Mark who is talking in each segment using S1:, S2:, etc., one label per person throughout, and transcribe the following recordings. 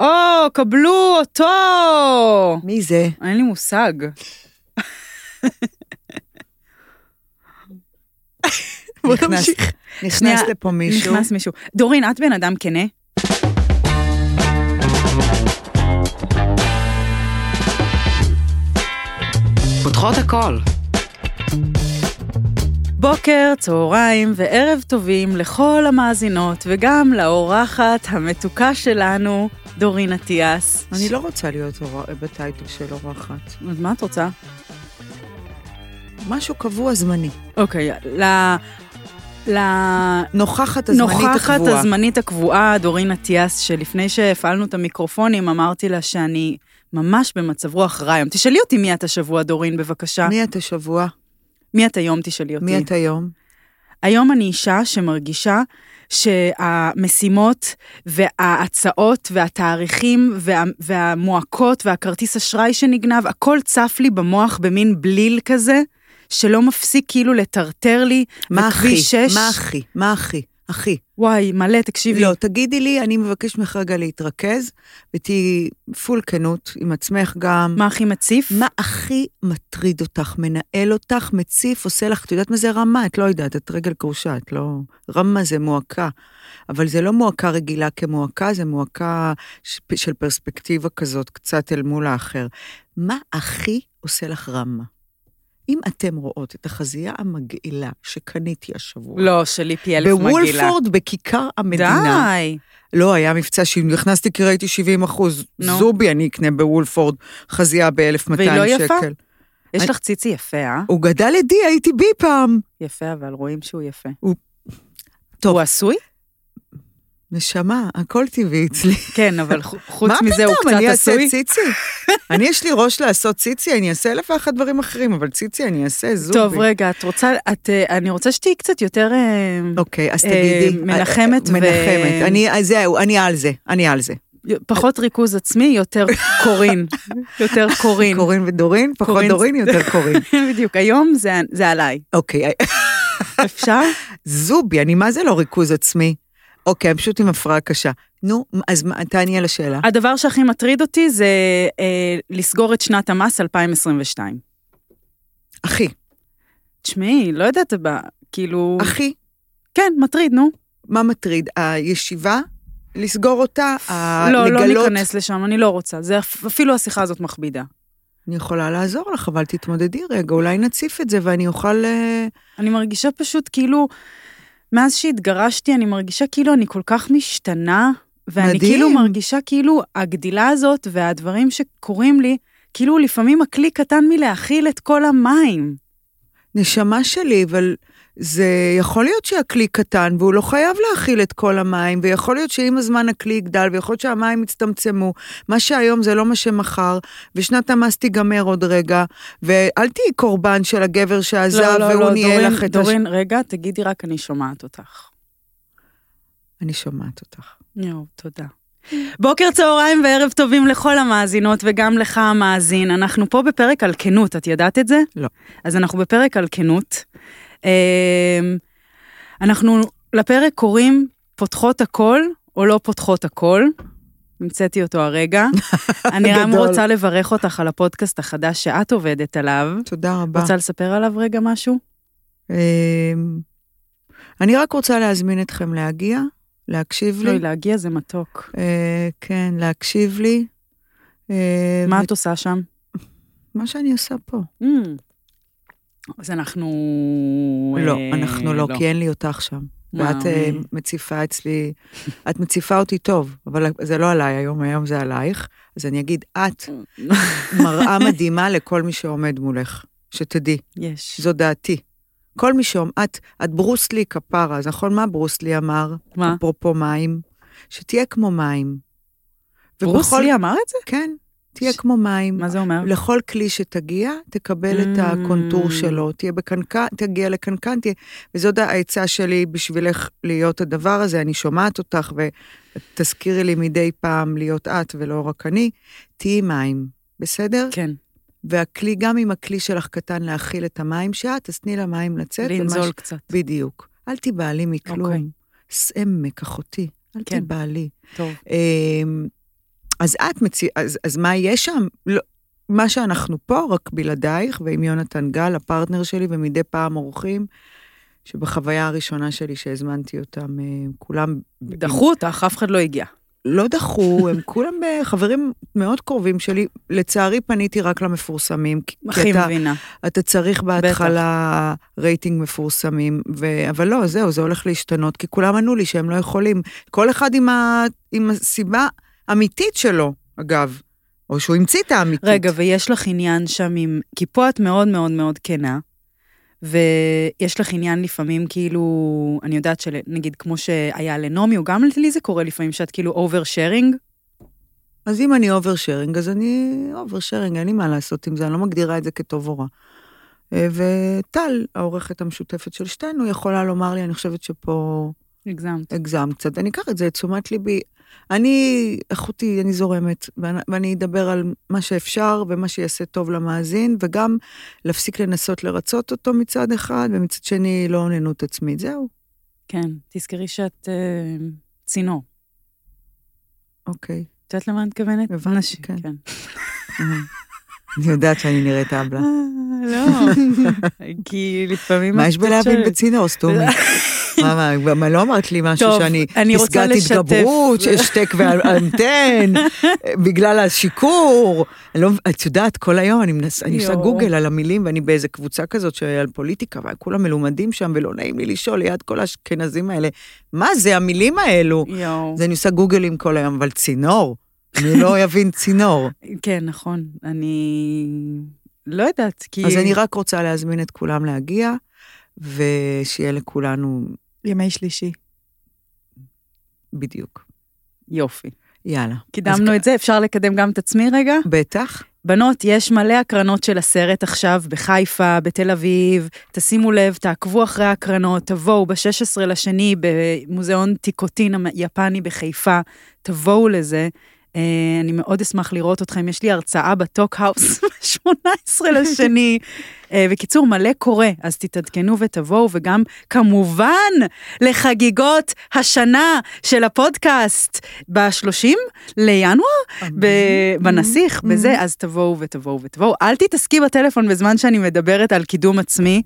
S1: אותו, קבלו אותו!
S2: מי זה?
S1: אין לי מושג.
S2: בוא
S1: נכנס-
S2: נמשיך.
S1: שנייה,
S2: נכנס לפה מישהו.
S1: נכנס מישהו. דורין, את בן אדם כנה?
S3: פותחות הכל.
S1: בוקר, צהריים וערב טובים לכל המאזינות וגם לאורחת המתוקה שלנו, דורין אטיאס.
S2: אני לא רוצה להיות אור- בטייטל של אורחת.
S1: אז מה את רוצה?
S2: משהו קבוע זמני.
S1: אוקיי, ל... ל...
S2: נוכחת הזמנית
S1: נוכחת
S2: הקבועה.
S1: הזמנית הקבועה, דורין אטיאס, שלפני שהפעלנו את המיקרופונים, אמרתי לה שאני ממש במצב רוח רע היום. תשאלי אותי מי את השבוע, דורין, בבקשה. מי,
S2: מי את השבוע?
S1: מי את היום, תשאלי אותי.
S2: מי את היום?
S1: היום אני אישה שמרגישה שהמשימות וההצעות והתאריכים וה, והמועקות והכרטיס אשראי שנגנב, הכל צף לי במוח במין בליל כזה, שלא מפסיק כאילו לטרטר לי.
S2: מה אחי?
S1: וכביש שש-
S2: מה אחי? מה אחי? אחי.
S1: וואי, מלא, תקשיבי.
S2: לא, תגידי לי, אני מבקש ממך רגע להתרכז, ותהיי פול כנות עם עצמך גם.
S1: מה הכי מציף?
S2: מה הכי מטריד אותך, מנהל אותך, מציף, עושה לך, את יודעת מה זה רמה? את לא יודעת, את רגל גרושה, את לא... רמה זה מועקה. אבל זה לא מועקה רגילה כמועקה, זה מועקה ש... של פרספקטיבה כזאת, קצת אל מול האחר. מה הכי עושה לך רמה? אם אתם רואות את החזייה המגעילה שקניתי השבוע,
S1: לא, שלי פי אלף מגעילה.
S2: אוקיי. בוולפורד, בכיכר המדינה,
S1: די.
S2: לא, היה מבצע שאם נכנסתי כי ראיתי 70 אחוז.
S1: נו.
S2: זובי אני אקנה בוולפורד חזייה ב-1,200
S1: והיא לא יפה?
S2: שקל.
S1: יש
S2: אני-
S1: לך ציצי יפה, אה?
S2: הוא גדל לידי, הייתי בי פעם.
S1: יפה, אבל רואים שהוא יפה.
S2: הוא-
S1: טוב.
S2: טוב.
S1: הוא עשוי?
S2: נשמה, הכל טבעי אצלי.
S1: כן, אבל חו- חוץ
S2: מה
S1: מזה הוא
S2: פתאום,
S1: קצת
S2: אני אעשה
S1: עשוי.
S2: ציצי? אני, יש לי ראש לעשות ציצי, אני אעשה אלף ואחת דברים אחרים, אבל ציצי אני אעשה זובי.
S1: טוב, רגע, את רוצה, את, אה, אני רוצה שתהיי קצת יותר... אה,
S2: אוקיי, אז
S1: אה,
S2: תגידי.
S1: מנחמת ו-
S2: מנחמת. אני, אז זהו, אני על זה, אני על זה.
S1: פחות ריכוז עצמי, יותר קורין. יותר קורין.
S2: קורין ודורין, פחות
S1: כן. קורין.
S2: דורין, יותר קורין.
S1: בדיוק, היום זה, זה עליי.
S2: אוקיי,
S1: אפשר?
S2: זובי, אני מה זה לא ריכוז עצמי? אוקיי, אני פשוט עם הפרעה קשה. נו, אז מה- תעני על השאלה.
S1: הדבר שהכי מטריד אותי זה אה, לסגור את שנת המס 2022.
S2: אחי,
S1: תשמעי, לא יודעת, ב- כאילו...
S2: אחי,
S1: כן, מטריד, נו.
S2: מה מטריד? הישיבה? לסגור אותה? ה-
S1: לא, לא
S2: לגלות?
S1: ניכנס לשם, אני לא רוצה. זה אפ- אפילו השיחה הזאת מכבידה.
S2: אני יכולה לעזור לך, אבל תתמודדי רגע, אולי נציף את זה ואני אוכל... אה,
S1: אני מרגישה פשוט כאילו, מאז שהתגרשתי, אני מרגישה כאילו אני כל כך משתנה, ואני מדהים.
S2: מדהים.
S1: כאילו מרגישה כאילו הגדילה הזאת והדברים שקורים לי, כאילו לפעמים הכלי קטן מלהכיל את כל המים.
S2: נשמה שלי, אבל זה יכול להיות שהכלי קטן והוא לא חייב להכיל את כל המים, ויכול להיות שעם הזמן הכלי יגדל, ויכול להיות שהמים יצטמצמו. מה שהיום זה לא מה שמחר, ושנת המס תיגמר עוד רגע, ואל תהיי קורבן של הגבר שעזב והוא ניהל
S1: לא, דורין,
S2: לך את הש...
S1: דורין, רגע, תגידי רק, אני שומעת אותך.
S2: אני שומעת אותך.
S1: יואו, תודה.
S2: Mm.
S1: בוקר, צהריים וערב טובים לכל המאזינות וגם לך המאזין. אנחנו פה בפרק על כנות, את ידעת את זה?
S2: לא.
S1: אז אנחנו בפרק על כנות. אמ, אנחנו לפרק קוראים פותחות הכל או לא פותחות הכל. המצאתי אותו הרגע. אני גם
S2: גדול.
S1: רוצה לברך אותך על הפודקאסט החדש שאת עובדת עליו.
S2: תודה רבה.
S1: רוצה לספר עליו רגע משהו?
S2: אמ, אני רק רוצה להזמין אתכם להגיע, להקשיב
S1: לא,
S2: לי.
S1: להגיע זה מתוק.
S2: אה, כן, להקשיב לי. אה,
S1: מה
S2: ו-
S1: את עושה שם?
S2: מה שאני עושה פה.
S1: Mm. אז אנחנו...
S2: לא,
S1: אה, לא,
S2: אנחנו לא, כי אין לי אותך שם. ואת אה, מציפה אצלי, את מציפה אותי טוב, אבל זה לא עליי היום, היום זה עלייך. אז אני אגיד, את מראה מדהימה לכל מי שעומד מולך, שתדעי,
S1: יש.
S2: זו דעתי. כל מי שעומד, את, את ברוס לי כפרה, אז נכון מה ברוס לי אמר?
S1: מה?
S2: אפרופו מים, שתהיה כמו מים.
S1: ברוס
S2: ובכל-
S1: לי אמר את זה?
S2: כן, תהיה
S1: ש-
S2: כמו מים.
S1: מה זה אומר?
S2: לכל כלי שתגיע, תקבל את הקונטור
S1: Mm.
S2: שלו, תהיה בקנקן, תגיע לקנקן, תהיה... וזאת העצה שלי בשבילך להיות הדבר הזה, אני שומעת אותך, ותזכירי לי מדי פעם להיות את ולא רק אני, תהיי מים, בסדר?
S1: כן,
S2: והכלי, גם אם הכלי שלך קטן להכיל את המים שאת, אז תני למים לצאת. ומה
S1: לנזול קצת.
S2: בדיוק. אל תיבהלי מכלום.
S1: אוקיי.
S2: סעמק, אחותי, אל
S1: כן.
S2: תיבהלי.
S1: טוב.
S2: אמ, אז את מציעה, אז, אז מה יהיה שם? לא, מה שאנחנו פה, רק בלעדייך, ועם יונתן גל, הפרטנר שלי, ומדי פעם אורחים, שבחוויה הראשונה שלי שהזמנתי אותם, אה, כולם...
S1: דחו אותך, אף אחד לא הגיע.
S2: לא דחו, הם כולם אה, חברים מאוד קרובים שלי. לצערי פניתי רק למפורסמים, כי כי
S1: הכי
S2: אתה,
S1: מבינה.
S2: אתה צריך בהתחלה רייטינג מפורסמים, ו... אבל לא, זהו, זה הולך להשתנות, כי כולם ענו לי שהם לא יכולים. כל אחד עם, ה... עם הסיבה האמיתית שלו, אגב, או שהוא המציא את האמיתית.
S1: רגע, ויש לך עניין שם עם... כי פה את מאוד מאוד מאוד כנה, ויש לך עניין לפעמים כאילו, אני יודעת שנגיד כמו שהיה לנעמי, או גם לי זה קורה לפעמים שאת כאילו אובר שרינג,
S2: אז אם אני אובר שרינג, אז אני אובר שרינג, אין לי מה לעשות עם זה, אני לא מגדירה את זה כטוב או רע. אה, וטל, העורכת המשותפת של שתינו, יכולה לומר לי, אני חושבת שפה...
S1: הגזמת.
S2: הגזם קצת, אני אקח את זה לתשומת ליבי. אני, אחותי, אני זורמת, ואני, ואני אדבר על מה שאפשר ומה שיעשה טוב למאזין, וגם להפסיק לנסות לרצות אותו מצד אחד, ומצד שני, לא אוננות עצמית, זהו,
S1: כן, תזכרי שאת אה, צינור.
S2: אוקיי.
S1: את יודעת למה אני מתכוונת?
S2: הבנתי,
S1: נשים,
S2: כן. אני יודעת שאני נראית אבלה.
S1: אה, לא, כי לפעמים...
S2: מה
S1: את
S2: יש בלהבין
S1: שואלת.
S2: בצינור, סתומי? מה, מה, גם לא אמרת לי משהו
S1: טוב,
S2: שאני
S1: אני רוצה
S2: פסגת
S1: לשתף.
S2: התגברות, השתק ואנטן, בגלל השיקור. אני לא- את יודעת, כל היום אני מנסה, אני עושה
S1: יואו.
S2: גוגל על המילים, ואני באיזה קבוצה כזאת שעל פוליטיקה, וכולם מלומדים שם, ולא נעים לי לשאול ליד כל האשכנזים האלה, מה זה המילים האלו?
S1: יואו.
S2: אז אני עושה גוגלים כל היום, אבל צינור? אני לא אבין צינור.
S1: כן, נכון. אני לא יודעת, כי...
S2: אז אני רק רוצה להזמין את כולם להגיע, ושיהיה לכולנו
S4: ימי שלישי.
S2: בדיוק.
S1: יופי.
S2: יאללה.
S1: קידמנו
S2: אז-
S1: את זה, אפשר לקדם גם את עצמי רגע?
S2: בטח.
S1: בנות, יש מלא הקרנות של הסרט עכשיו בחיפה, בתל אביב. תשימו לב, תעקבו אחרי ההקרנות, תבואו ב-16 לשני במוזיאון טיקוטין היפני בחיפה, תבואו לזה. אה, אני מאוד אשמח לראות אתכם, יש לי הרצאה בטוקהאוס ב-18 לשני. אה, בקיצור, מלא קורה, אז תתעדכנו ותבואו, וגם כמובן לחגיגות השנה של הפודקאסט ב-30 לינואר. אמ, ב-
S2: Mm-hmm.
S1: בנסיך, בזה, אז תבואו ותבואו ותבואו. אל תתעסקי בטלפון בזמן שאני מדברת על קידום עצמי.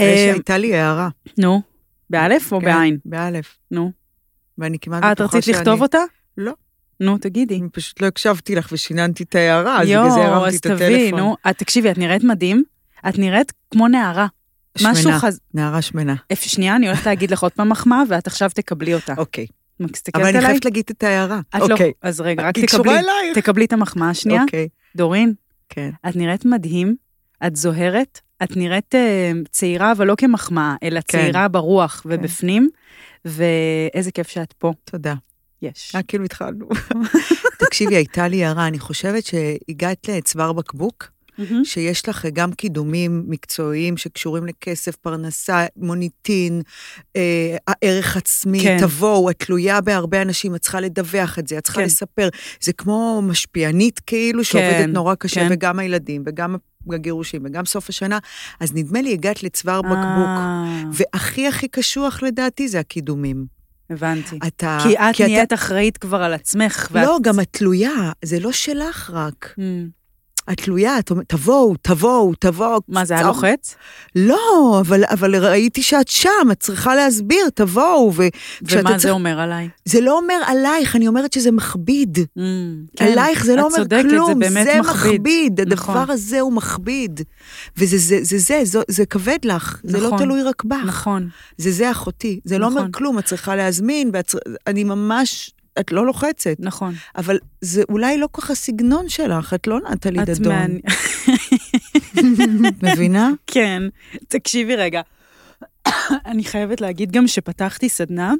S1: אה,
S2: הייתה לי הערה.
S1: נו, באלף או
S2: כן,
S1: בעין?
S2: באלף.
S1: נו.
S2: ואני כמעט
S1: אה, את
S2: בטוחה
S1: רצית
S2: שאני...
S1: לכתוב אותה?
S2: לא.
S1: נו, תגידי.
S2: אני פשוט לא הקשבתי לך ושיננתי את ההערה, אז בגלל זה הרמתי
S1: אז
S2: את הטלפון.
S1: תביאי, נו. את- תקשיבי, את נראית מדהים. את נראית כמו נערה. משהו
S2: שמנה,
S1: חז...
S2: נערה שמנה.
S1: אפ- שנייה, אני הולכת להגיד לך עוד פעם מחמאה, ואת עכשיו תקבלי אותה.
S2: אוקיי.
S1: מסתכלת
S2: אבל
S1: עליי?
S2: אני חייבת להגיד את ההערה.
S1: את לא...
S2: אוקיי.
S1: אז רגע, רק
S2: היא
S1: תקבלי.
S2: קשורה אלייך.
S1: תקבלי את המחמאה השנייה.
S2: אוקיי.
S1: דורין,
S2: כן.
S1: את נראית מדהים, את זוהרת, את נראית אה, צעירה, אבל לא כמחמאה, אלא
S2: כן.
S1: צעירה ברוח ובפנים, ואיזה כיף שאת פה.
S2: תודה.
S1: יש.
S2: אה, כאילו התחלנו. תקשיבי, הייתה לי הערה. אני חושבת שהגעת לצוואר בקבוק,
S1: מהמם.
S2: שיש לך אה, גם קידומים מקצועיים שקשורים לכסף, פרנסה, מוניטין, אה, הערך עצמי,
S1: כן.
S2: כן. תבואו, את תלויה בהרבה אנשים, את צריכה לדווח את זה, את צריכה
S1: כן.
S2: כן. לספר. זה כמו משפיענית כאילו, שעובדת
S1: כן,
S2: נורא קשה,
S1: כן.
S2: וגם הילדים, וגם הגירושים, וגם סוף השנה. אז נדמה לי הגעת לצוואר בקבוק.
S1: אה,
S2: והכי הכי קשוח לדעתי זה הקידומים.
S1: הבנתי.
S2: אתה...
S1: כי את
S2: אתה-
S1: נהיית אחראית כבר על עצמך. ואת-
S2: אה, לא, גם את תלויה, זה לא שלך רק.
S1: Mm,
S2: את תלויה, את אומרת, תבואו, תבואו, תבואו.
S1: מה, זה היה
S2: צאו,
S1: לוחץ?
S2: לא, אבל, אבל ראיתי שאת שם, את צריכה להסביר, תבואו. ו... כשאתה
S1: ומה זה
S2: צריך-
S1: אומר עליי?
S2: זה לא אומר עלייך, אני אומרת שזה מכביד.
S1: Mm,
S2: כן, עלייך זה
S1: את
S2: לא אומר
S1: צודקת,
S2: כלום,
S1: זה באמת
S2: זה
S1: מכביד.
S2: הדבר
S1: נכון.
S2: הזה הוא מכביד. וזה זה, זה, זה, זה, זה כבד לך, זה לא
S1: נכון.
S2: תלוי רק בך.
S1: נכון.
S2: זה זה אחותי, זה לא
S1: נכון.
S2: אומר כלום, את צריכה להזמין, ואת צר- אני ממש, את לא לוחצת,
S1: נכון.
S2: אבל זה אולי לא כל כך הסגנון שלך, את לא נטלי
S1: את
S2: דדון.
S1: מעניין-
S2: את מבינה?
S1: כן, תקשיבי רגע. אני חייבת להגיד גם שפתחתי סדנה.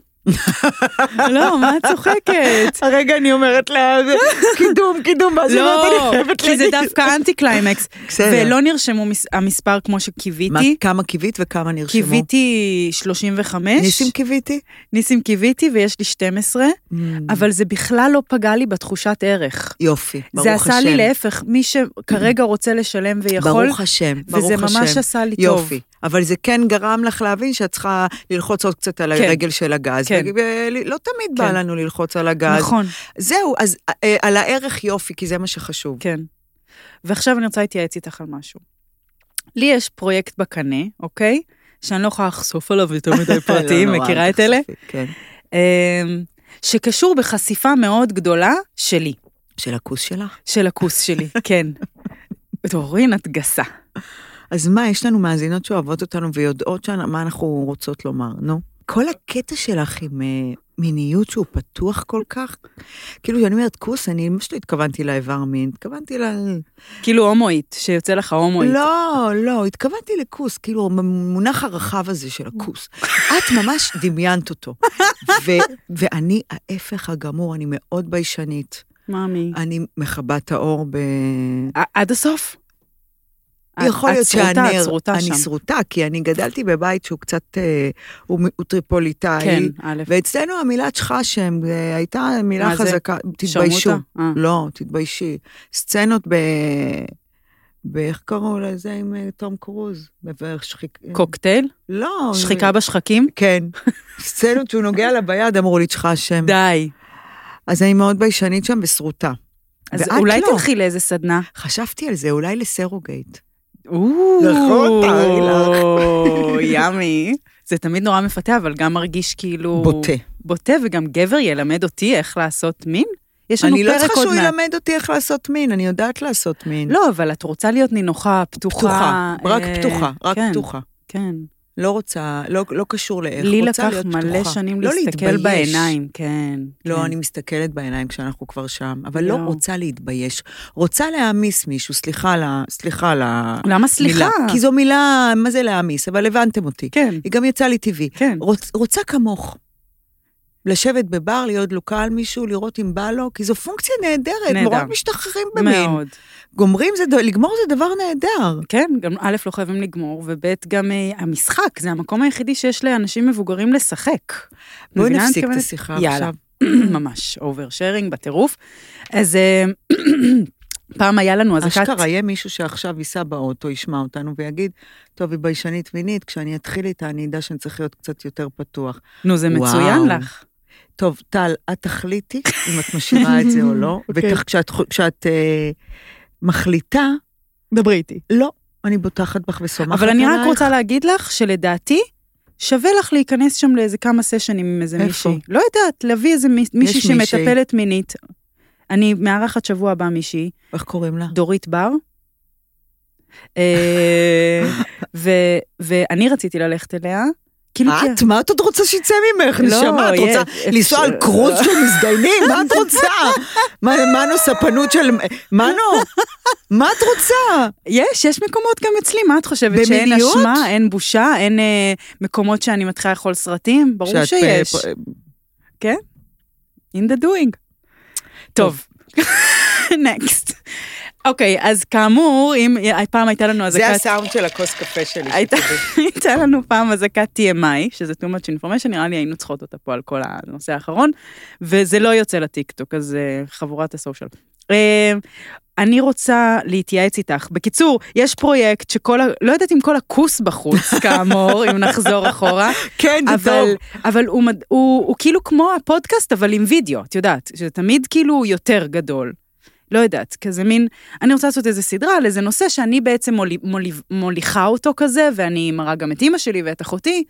S1: לא, מה את צוחקת?
S2: הרגע אני אומרת לה, קידום, קידום, ואז היא אומרת, אני
S1: לא,
S2: חייבת
S1: כי זה
S2: להגיד.
S1: דווקא אנטי קליימקס,
S2: בסדר.
S1: ולא נרשמו מס- המספר כמו
S2: מה,
S1: שקיוויתי.
S2: כמה קיווית וכמה נרשמו?
S1: קיוויתי 35,
S2: ניסים Mm. קיוויתי?
S1: ניסים קיוויתי ויש לי 12, אבל זה בכלל לא פגע לי בתחושת ערך.
S2: יופי, ברוך השם.
S1: זה עשה לי להפך, מי שכרגע רוצה לשלם ויכול,
S2: ברוך השם, ברוך
S1: וזה
S2: השם.
S1: ממש עשה לי טוב.
S2: יופי. אבל זה כן גרם לך להבין שאת צריכה ללחוץ עוד קצת על
S1: כן.
S2: הרגל של הגז.
S1: כן.
S2: ולא תמיד בא
S1: כן.
S2: לנו ללחוץ על הגז.
S1: נכון,
S2: זהו, אז אה, על הערך יופי, כי זה מה שחשוב.
S1: כן. ועכשיו אני רוצה להתייעץ איתך על משהו. לי יש פרויקט בקנה, אוקיי? שאני לא יכולה לחשוף עליו יותר מדי פרטים,
S2: לא נורא,
S1: מכירה
S2: אל
S1: את אלה?
S2: תחשפי, כן.
S1: אמ, שקשור בחשיפה מאוד גדולה שלי,
S2: של הכוס שלך.
S1: של הכוס שלי, כן. דורין, את גסה.
S2: אז מה, יש לנו מאזינות שאוהבות אותנו ויודעות שאנ- מה אנחנו רוצות לומר, נו. כל הקטע שלך עם אה, מיניות שהוא פתוח כל כך, כאילו, כשאני אומרת כוס, אני ממש לא התכוונתי לאיבר מין, התכוונתי ל...
S1: כאילו הומואית, שיוצא לך הומואית.
S2: לא, לא, התכוונתי לכוס, כאילו, המונח הרחב הזה של הכוס. את ממש דמיינת אותו. ו- ואני ההפך הגמור, אני מאוד ביישנית.
S1: מאמי.
S2: אני מכבה את האור ב...
S1: ע- עד הסוף?
S2: אה, יכול
S1: את-
S2: להיות
S1: את שרוטה,
S2: שהנר,
S1: את שרוטה
S2: אני
S1: שם.
S2: שרוטה, כי אני גדלתי בבית שהוא קצת, אה, הוא, מ- הוא טריפוליטאי.
S1: כן, א',
S2: ואצלנו המילה שחשם אה, הייתה מילה
S1: מה זה?
S2: חזקה, תתביישו.
S1: שרמוטה? אה.
S2: לא, תתביישי. סצנות ב... ב- איך קראו לזה עם אה, תום קרוז? בשחיק...
S1: קוקטייל?
S2: לא.
S1: שחיקה בשחקים?
S2: כן. סצנות שהוא נוגע לה ביד, אמרו לי תשחשם.
S1: די.
S2: אז אני מאוד ביישנית שם ושרוטה.
S1: אז
S2: ואת
S1: אולי
S2: לא.
S1: תלכי לאיזה סדנה.
S2: חשבתי על זה, אולי לסרוגייט.
S1: נכון,
S2: תארי לך.
S1: ימי. זה תמיד נורא מפתה, אבל גם מרגיש כאילו...
S2: בוטה.
S1: בוטה, וגם גבר ילמד אותי איך לעשות מין? יש לנו
S2: אני לא
S1: פרק
S2: צריכה
S1: עוד
S2: שהוא
S1: מעט.
S2: ילמד אותי איך לעשות מין, אני יודעת לעשות מין.
S1: לא, אבל את רוצה להיות נינוחה, פתוחה.
S2: פתוחה, רק
S1: אה,
S2: פתוחה, רק
S1: כן,
S2: פתוחה.
S1: כן.
S2: לא רוצה, לא לא קשור לאיך,
S1: לי
S2: רוצה
S1: לקח
S2: להיות פתוחה.
S1: מלא שנים
S2: לא
S1: להסתכל
S2: להתבייש.
S1: בעיניים, כן. כן.
S2: לא, אני מסתכלת בעיניים כשאנחנו כבר שם, אבל לא
S1: לא.
S2: רוצה להתבייש. רוצה להעמיס מישהו, סליחה על ה... סליחה על ה...
S1: למה סליחה?
S2: מילה. כי זו מילה, מה זה להעמיס? אבל הבנתם אותי.
S1: כן,
S2: היא גם יצאה לי טבעי.
S1: כן.
S2: רוצ, רוצה כמוך. לשבת בבר, להיות דלוקה על מישהו, לראות אם בא לו, כי זו פונקציה נהדרת.
S1: נהדר.
S2: מורות משתחררים לא במין.
S1: מאוד.
S2: גומרים זה, ד- לגמור זה דבר נהדר.
S1: כן, גם א', לא חייבים לגמור, וב', גם אה, המשחק, זה המקום היחידי שיש לאנשים מבוגרים לשחק.
S2: בואי
S1: מבינה? אני
S2: נפסיק את
S1: מתכוונת-
S2: השיחה
S1: יאללה.
S2: עכשיו.
S1: ממש, אובר שיירינג בטירוף. אז אה, פעם היה לנו אזעקת...
S2: אשכרה יהיה מישהו שעכשיו ייסע באוטו, ישמע אותנו ויגיד, טוב, היא ביישנית מינית, כשאני אתחיל איתה אני אדע שאני צריך להיות קצת יותר פתוח.
S1: נו, זה
S2: וואו.
S1: מצוין לך.
S2: טוב, טל, את תחליטי אם את משאירה את זה או לא,
S1: אוקיי.
S2: וכשאת חו- כשאת, אה, מחליטה,
S1: דברי איתי.
S2: לא, אני בוטחת בך וסומכת
S1: אבל
S2: עלייך.
S1: אני רק רוצה להגיד לך שלדעתי, שווה לך להיכנס שם לאיזה כמה סשנים עם איזה
S2: איפה?
S1: מישהי. לא יודעת, להביא איזה מיש- מישהי
S2: מישהי.
S1: שמטפלת מינית. אני מארחת שבוע הבא מישהי,
S2: איך קוראים לה?
S1: דורית בר. אה, ו- ואני רציתי ללכת אליה, כאילו כי...
S2: את? מה את עוד רוצה שיצא ממך,
S1: לא,
S2: נשמה? את רוצה
S1: יש-
S2: לנסוע על קרוז של מזדיינים? מה את רוצה? מה- מנו ספנות של... מנו? מה את רוצה?
S1: יש, יש מקומות גם אצלי, מה את חושבת? שאין
S2: במיניות?
S1: אשמה, אין בושה, אין אה, מקומות שאני מתחילה לאכול סרטים? ברור
S2: שאת, אה,
S1: שיש.
S2: פ-
S1: in the doing. טוב, נקסט. אוקיי, אז כאמור, אם אה, פעם הייתה לנו
S2: זה
S1: אזעקת...
S2: הסאונד של הכוס קפה שלי.
S1: הייתה-
S2: שתדעי.
S1: הייתה לנו פעם אזעקת TMI, שזה too much information, נראה לי היינו צריכות אותה פה על כל הנושא האחרון, וזה לא יוצא לטיקטוק, אז אה, חבורת הסושיאל. אה, אני רוצה להתייעץ איתך. בקיצור, יש פרויקט שכל ה... לא יודעת אם כל הכוס בחוץ, כאמור, אם נחזור אחורה,
S2: כן, זה
S1: אבל,
S2: טוב.
S1: אבל הוא, מד- הוא, הוא כאילו כמו הפודקאסט, אבל עם וידאו, את יודעת, שזה תמיד כאילו יותר גדול. לא יודעת, כזה מין, אני רוצה לעשות איזה סדרה על איזה נושא שאני בעצם מולי, מולי, מוליכה אותו כזה, ואני מראה גם את אימא שלי ואת אחותי,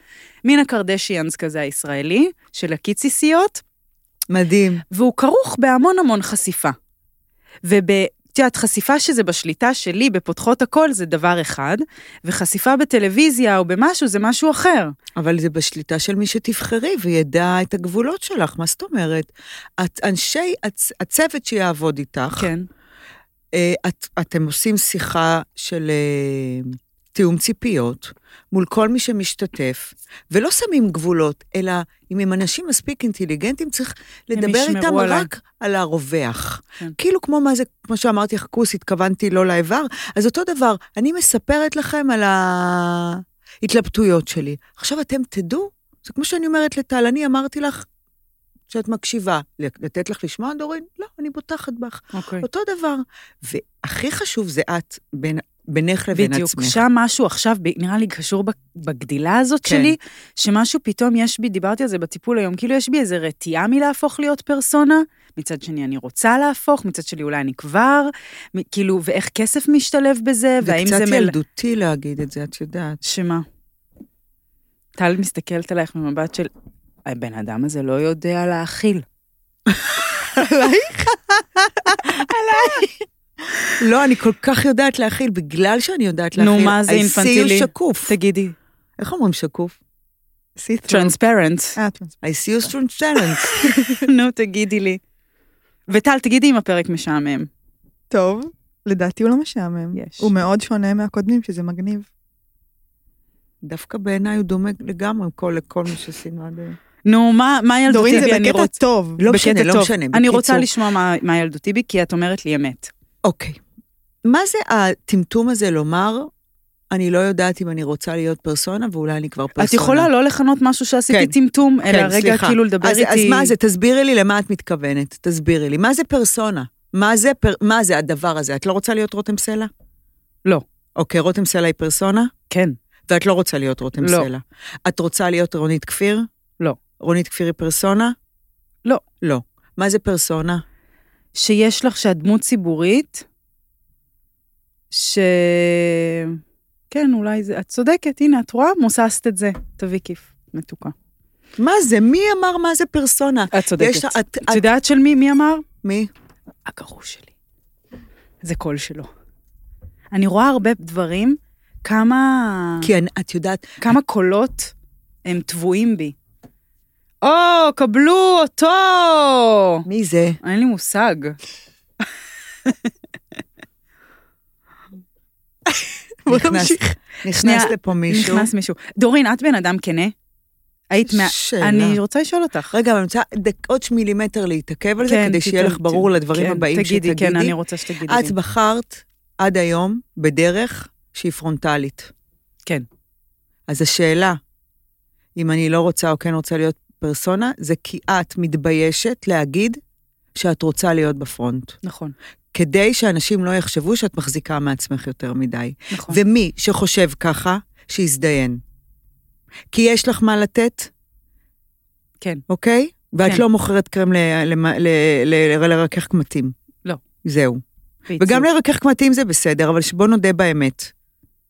S1: מין הקרדשיאנס כזה הישראלי, של הקיציסיות,
S2: מדהים.
S1: והוא כרוך בהמון המון חשיפה. וב... את יודעת, חשיפה שזה בשליטה שלי, בפותחות הכל, זה דבר אחד, וחשיפה בטלוויזיה או במשהו זה משהו אחר.
S2: אבל זה בשליטה של מי שתבחרי וידע את הגבולות שלך, מה זאת אומרת? את, אנשי הצ, הצוות שיעבוד איתך,
S1: כן.
S2: אה, את, אתם עושים שיחה של אה, תיאום ציפיות מול כל מי שמשתתף, ולא שמים גבולות, אלא אם הם אנשים מספיק אינטליגנטים, צריך לדבר
S1: ישמרו
S2: איתם
S1: עליי.
S2: רק על הרווח.
S1: כן.
S2: כאילו כמו מה זה, כמו שאמרתי לך, כוס, התכוונתי לא לאיבר, אז אותו דבר, אני מספרת לכם על ההתלבטויות שלי. עכשיו אתם תדעו, זה כמו שאני אומרת לטל, אני אמרתי לך שאת מקשיבה. לתת לך לשמוע, דורין? לא, אני בוטחת בך.
S1: אוקיי.
S2: אותו דבר. והכי חשוב זה את, בין, בינך לבין
S1: בדיוק,
S2: עצמך.
S1: שם משהו עכשיו, ב- נראה לי קשור ב- בגדילה הזאת
S2: כן.
S1: שלי, שמשהו פתאום יש בי, דיברתי על זה בטיפול היום, כאילו יש בי איזה רתיעה מלהפוך להיות פרסונה, מצד שני אני רוצה להפוך, מצד שני אולי אני כבר, מ- כאילו, ואיך כסף משתלב בזה,
S2: זה
S1: והאם זה...
S2: קצת
S1: מל-
S2: ילדותי להגיד את זה, את יודעת.
S1: שמה? טל מסתכלת עלייך ממבט של, הבן אדם הזה לא יודע להכיל.
S2: לא, אני כל כך יודעת להכיל, בגלל שאני יודעת להכיל.
S1: נו, מה זה אינפנטילי?
S2: ה-ICU שקוף.
S1: תגידי,
S2: איך אומרים שקוף?
S1: טרנספרנט.
S4: אה, טרנס-
S2: ICU טרנספרנט.
S1: נו, תגידי לי. וטל, תגידי אם הפרק משעמם.
S4: טוב, לדעתי הוא לא משעמם.
S1: יש.
S4: הוא מאוד שונה מהקודמים, שזה מגניב.
S2: דווקא בעיניי הוא דומה לגמרי כל- לכל מה שעשינו עד היום.
S1: נו, מה, מה
S4: דורין,
S1: ילדותי
S4: זה
S1: בי? אני
S4: בקטע
S1: רוצה...
S4: טוב.
S2: לא משנה,
S1: בקטע
S2: לא
S1: טוב.
S2: משנה.
S1: אני
S2: בקיצור,
S1: רוצה לשמוע מה- מה ילדותי בי, כי את אומרת לי אמת.
S2: אוקיי. מה זה הטמטום הזה לומר, אני לא יודעת אם אני רוצה להיות פרסונה, ואולי אני כבר פרסונה.
S1: את יכולה לא לכנות משהו שעשיתי
S2: כן.
S1: טמטום, אלא
S2: כן,
S1: רגע
S2: סליחה.
S1: כאילו לדבר
S2: אז,
S1: איתי...
S2: אז מה זה, תסבירי לי למה את מתכוונת, תסבירי לי. מה זה פרסונה? מה זה, פר, מה זה הדבר הזה? את לא רוצה להיות רותם סלע?
S1: לא.
S2: אוקיי, רותם סלע היא פרסונה,
S1: כן.
S2: ואת לא רוצה להיות רותם
S1: לא.
S2: סלע. את רוצה להיות רונית כפיר?
S1: לא.
S2: רונית כפיר היא פרסונה?
S1: לא.
S2: לא. מה זה פרסונה?
S1: שיש לך, שאת דמות ציבורית, ש... כן, אולי זה... את צודקת, הנה, את רואה? מוססת את זה. תביא כיף. מתוקה.
S2: מה זה? מי אמר מה זה פרסונה?
S1: את צודקת.
S2: יש לה- את-
S1: את
S2: את-
S1: יודעת של מי? מי אמר?
S2: מי?
S1: אה. הגרוש שלי. זה קול שלו. אני רואה הרבה דברים, כמה...
S2: כי אני- את יודעת,
S1: כמה קולות הם טבועים בי. או, קבלו אותו!
S2: מי זה?
S1: אין לי מושג.
S4: בוא
S2: נכנס-
S4: נמשיך.
S2: נכנס
S1: שנייה,
S2: לפה מישהו.
S1: נכנס מישהו. דורין, את בן אדם כנה? היית מה...
S2: שאלה.
S1: אני רוצה לשאול אותך.
S2: רגע, אבל אני רוצה דק- עוד מילימטר להתעכב על זה,
S1: כן,
S2: כדי שיהיה
S1: תת-
S2: לך ברור
S1: ת-
S2: לדברים
S1: כן,
S2: הבאים
S1: תגידי,
S2: שתגידי.
S1: כן, אני רוצה שתגידי לי.
S2: את בחרת עד היום בדרך שהיא פרונטלית.
S1: כן.
S2: אז השאלה, אם אני לא רוצה או כן רוצה להיות פרסונה, זה כי את מתביישת להגיד שאת רוצה להיות בפרונט.
S1: נכון,
S2: כדי שאנשים לא יחשבו שאת מחזיקה מעצמך יותר מדי.
S1: נכון.
S2: ומי שחושב ככה, שיזדיין. כי יש לך מה לתת,
S1: כן.
S2: אוקיי? ואת
S1: כן.
S2: לא מוכרת קרם ל- למ- ל- ל- ל- לרכך קמטים.
S1: לא.
S2: זהו.
S1: בעיצוב.
S2: וגם לרכך קמטים זה בסדר, אבל בוא נודה באמת.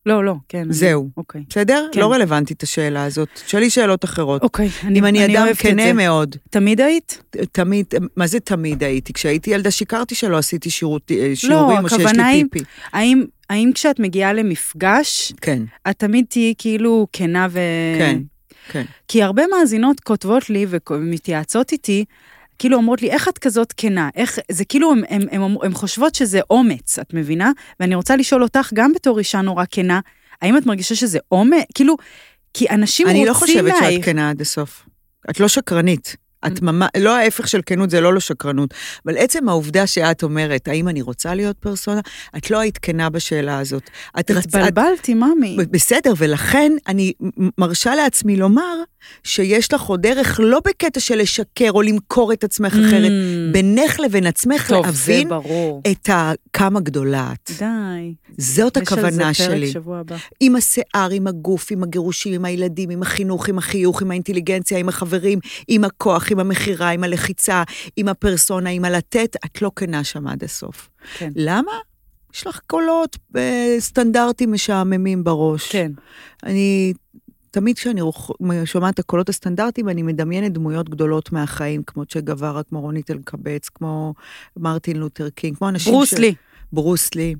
S1: לא, לא, כן. אני-
S2: זהו.
S1: אוקיי.
S2: בסדר?
S1: כן.
S2: לא רלוונטית השאלה הזאת. שאלי שאלות אחרות.
S1: אוקיי,
S2: אם אני אדם
S1: אוהבת את
S2: כנה
S1: זה.
S2: מאוד,
S1: תמיד היית?
S2: תמיד, מה זה תמיד הייתי? כשהייתי ילדה שיקרתי שלא עשיתי שירות- אה,
S1: לא,
S2: שיעורים או שיש
S1: הכוונה
S2: לי
S1: היא-
S2: פיפי.
S1: האם, האם כשאת מגיעה למפגש,
S2: כן,
S1: את תמיד תהיי כאילו כנה ו...
S2: כן, כן.
S1: כי הרבה מאזינות כותבות לי ומתייעצות איתי, כאילו אומרות לי, איך את כזאת כנה? איך, זה כאילו, הן הם, הם, הם, הם חושבות שזה אומץ, את מבינה? ואני רוצה לשאול אותך, גם בתור אישה נורא כנה, האם את מרגישה שזה אומץ? כאילו, כי אנשים
S2: אני לא
S1: רוצים
S2: חושבת
S1: להעיף.
S2: שאת כנה עד הסוף. את לא שקרנית. את ממש, לא ההפך של כנות זה לא לא שקרנות, אבל עצם העובדה שאת אומרת, האם אני רוצה להיות פרסונה, את לא היית כנה בשאלה הזאת. את רצה... את-
S1: התבלבלתי, מאמי.
S2: ב- בסדר, ולכן אני מ- מרשה לעצמי לומר שיש לך עוד דרך לא בקטע של לשקר או למכור את עצמך אחרת,
S1: Mm,
S2: בינך לבין עצמך
S1: טוב, זה
S2: להבין
S1: ברור.
S2: את ה- כמה גדולה את.
S1: די.
S2: זאת הכוונה
S1: יש על זה פרק
S2: שלי.
S1: שבוע הבא.
S2: עם השיער, עם הגוף, עם הגירושים, עם הילדים, עם החינוך, עם החיוך, עם האינטליגנציה, עם החברים, עם הכוח, עם המכירה, עם הלחיצה, עם הפרסונה, עם הלתת, את לא כנה שם עד הסוף.
S1: כן.
S2: למה? יש לך קולות אה, סטנדרטים משעממים בראש.
S1: כן. אני...
S2: תמיד כשאני רוח- שומעת את הקולות הסטנדרטיים, אני מדמיינת דמויות גדולות מהחיים, כמו צ'ה גווארה, כמו רונית אלקבץ, כמו מרטין לותר קינג, כמו אנשים
S1: ברוס
S2: ש-
S1: לי.
S2: ברוס לי.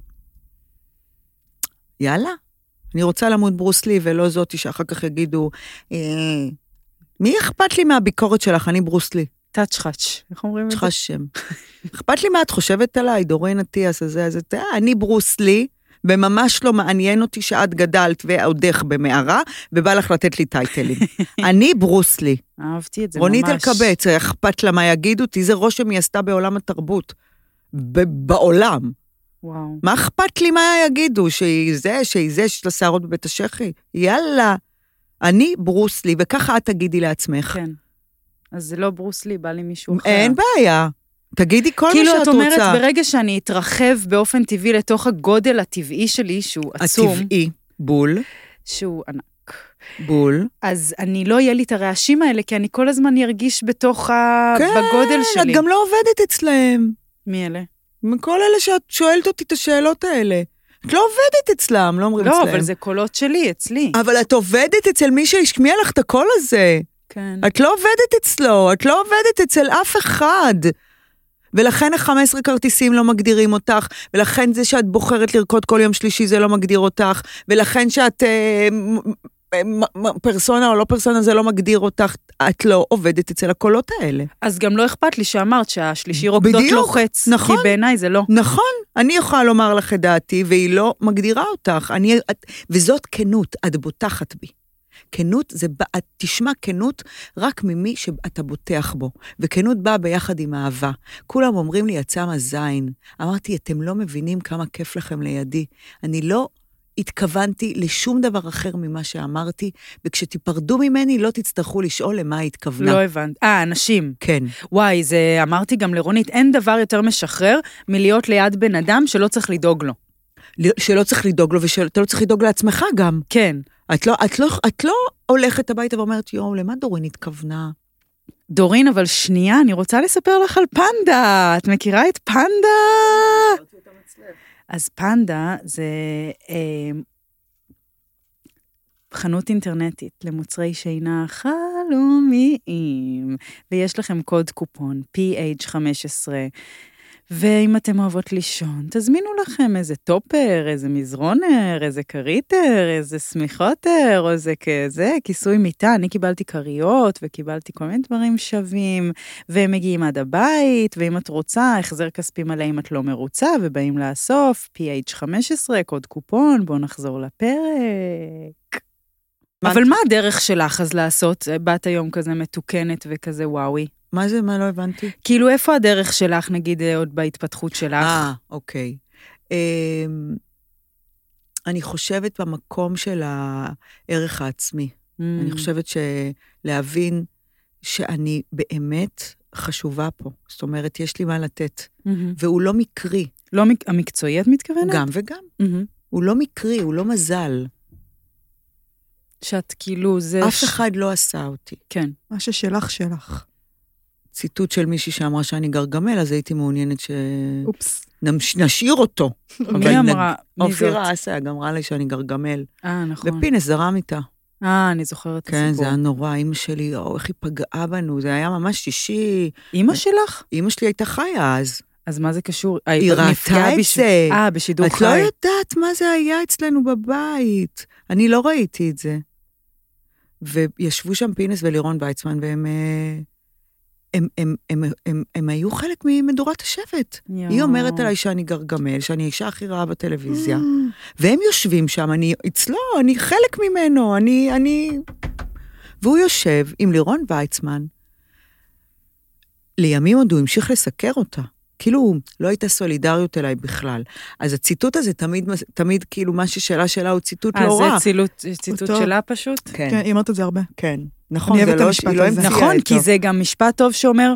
S2: יאללה, אני רוצה למות ברוס לי ולא זאתי שאחר כך יגידו, אה, מי אכפת לי מהביקורת שלך? אני ברוס לי.
S1: טאץ' חאץ'. איך אומרים את
S2: יש
S1: זה?
S2: לך שם. אכפת לי מה את חושבת עליי, דורין אטיאס, הזה, הזה, אה, אני ברוס לי. וממש לא מעניין אותי שאת גדלת ועודך במערה, ובא לך לתת לי טייטלים. אני ברוס לי.
S1: אהבתי את זה ממש.
S2: רונית אלקבץ, אכפת לה מה יגידו אותי, זה רושם היא עשתה בעולם התרבות. ב- בעולם.
S1: וואו.
S2: מה אכפת לי מה יגידו, שהיא זה, שהיא זה, שיש לה שערות בבית השחי? יאללה. אני ברוס לי, וככה את תגידי לעצמך.
S1: כן. אז זה לא ברוס לי, בא לי מישהו אחר.
S2: אין בעיה. תגידי כל
S1: כאילו,
S2: מה
S1: את
S2: שאת
S1: אומרת,
S2: רוצה.
S1: ברגע שאני אתרחב באופן טבעי לתוך הגודל הטבעי שלי, שהוא עצום,
S2: הטבעי, בול,
S1: שהוא ענק,
S2: בול.
S1: אז אני לא יהיה לי את הרעשים האלה, כי אני כל הזמן ארגיש בתוך ה...
S2: כן,
S1: בגודל
S2: את
S1: שלי.
S2: גם לא עובדת אצלהם.
S1: מי אלה?
S2: מכל אלה שאת שואלת אותי את השאלות האלה. את לא עובדת אצלם, לא אומרים
S1: לא,
S2: אצלהם.
S1: אבל זה קולות שלי, אצלי.
S2: אבל את עובדת אצל מי שהשמיע לך את הקול הזה.
S1: כן.
S2: את לא עובדת אצלו, את לא עובדת אצל אף אחד. ולכן ה-15 כרטיסים לא מגדירים אותך, ולכן זה שאת בוחרת לרקוד כל יום שלישי זה לא מגדיר אותך, ולכן שאת אה, מ- מ- מ- פרסונה או לא פרסונה זה לא מגדיר אותך, את לא עובדת אצל הקולות האלה.
S1: אז גם לא אכפת לי שאמרת שהשלישי רוקדות
S2: בדיוק,
S1: לוחץ.
S2: נכון.
S1: כי בעיניי זה לא.
S2: נכון, אני יכולה לומר לך את דעתי, והיא לא מגדירה אותך. אני, את, וזאת כנות, את בוטחת בי. כנות זה, בא- את תשמע כנות רק ממי שאתה בוטח בו. וכנות באה ביחד עם אהבה. כולם אומרים לי, יצא מהזין. אמרתי, אתם לא מבינים כמה כיף לכם לידי. אני לא התכוונתי לשום דבר אחר ממה שאמרתי, וכשתיפרדו ממני לא תצטרכו לשאול למה היא התכוונה.
S1: לא הבנת. אה, אנשים.
S2: כן.
S1: וואי, זה אמרתי גם לרונית, אין דבר יותר משחרר מלהיות ליד בן אדם שלא צריך לדאוג לו.
S2: שלא צריך לדאוג לו, ושאתה לא צריך לדאוג לעצמך גם.
S1: כן.
S2: את לא, את לא, את לא הולכת הביתה ואומרת, יואו, למה דורין התכוונה?
S1: דורין, אבל שנייה, אני רוצה לספר לך על פנדה. את מכירה את פנדה? אז פנדה זה אה, חנות אינטרנטית למוצרי שינה חלומיים, ויש לכם קוד קופון PH15. ואם אתם אוהבות לישון, תזמינו לכם איזה טופר, איזה מזרונר, איזה כריתר, איזה שמיכותר, או איזה כזה, כיסוי מיטה. אני קיבלתי כריות וקיבלתי כל מיני דברים שווים, והם מגיעים עד הבית, ואם את רוצה, החזר כספי מלא אם את לא מרוצה, ובאים לאסוף, PH15, קוד קופון, בואו נחזור לפרק.
S2: מה-
S1: אבל מה הדרך שלך אז לעשות? באת היום כזה מתוקנת וכזה וואוי.
S2: מה זה, מה לא הבנתי?
S1: כאילו, איפה הדרך שלך, נגיד, אה, עוד בהתפתחות שלך?
S2: אה, אוקיי. אמ, אני חושבת במקום של הערך העצמי.
S1: Mm.
S2: אני חושבת שלהבין שאני באמת חשובה פה. זאת אומרת, יש לי מה לתת,
S1: מהמם.
S2: והוא לא מקרי,
S1: לא מק- המקצועי, את מתכוונת?
S2: גם וגם.
S1: מהמם.
S2: הוא לא מקרי, הוא לא מזל.
S1: שאת כאילו, זה...
S2: אף אחד לא עשה אותי.
S1: כן.
S4: מה ששלך, שלך.
S2: ציטוט של מישהי שאמרה שאני גרגמל, אז הייתי מעוניינת
S4: אופס.
S2: שנשאיר אותו. אבל
S1: מי אמרה? מי זאת?
S2: אופירה אסייג אמרה לי שאני גרגמל,
S1: אה, נכון.
S2: ופינס זרם איתה.
S1: אה, אני זוכרת את
S2: כן, זה
S1: הסיפור.
S2: היה נורא, אימא שלי, או, איך היא פגעה בנו, זה היה ממש אישי.
S1: אימא שלך?
S2: אימא שלי הייתה חיה אז.
S1: אז מה זה קשור? אה,
S2: היא
S1: נפגעה
S2: ראתה את
S1: בש-
S2: זה.
S1: אה, בשידור
S2: את לא
S1: חי.
S2: יודעת מה זה היה אצלנו בבית. אני לא ראיתי את זה. וישבו שם פינס ולירון ויצמן, והם אה, הם, הם, הם, הם, הם, הם היו חלק ממדורת השבט. היא אומרת עליי שאני גרגמל, שאני האישה הכי רעה בטלוויזיה. והם יושבים שם, אני אצלו, אני חלק ממנו, אני, אני... והוא יושב עם לירון ויצמן. לימים עוד הוא המשיך לסקר אותה. כאילו, לא הייתה סולידריות אליי בכלל. אז הציטוט הזה תמיד, תמיד כאילו, מה ששאלה שאלה הוא ציטוט
S1: אה,
S2: לא רע.
S1: זה צילוט- ציטוט
S4: אותו.
S1: שלה פשוט?
S4: כן, היא אומרת את זה הרבה.
S2: כן. נכון,
S4: אני
S2: זה
S4: אוהבת את
S2: לא,
S4: המשפט
S2: היא לא
S4: הזה.
S2: המציאה
S1: נכון,
S2: את
S1: כי זה גם משפט טוב שאומר,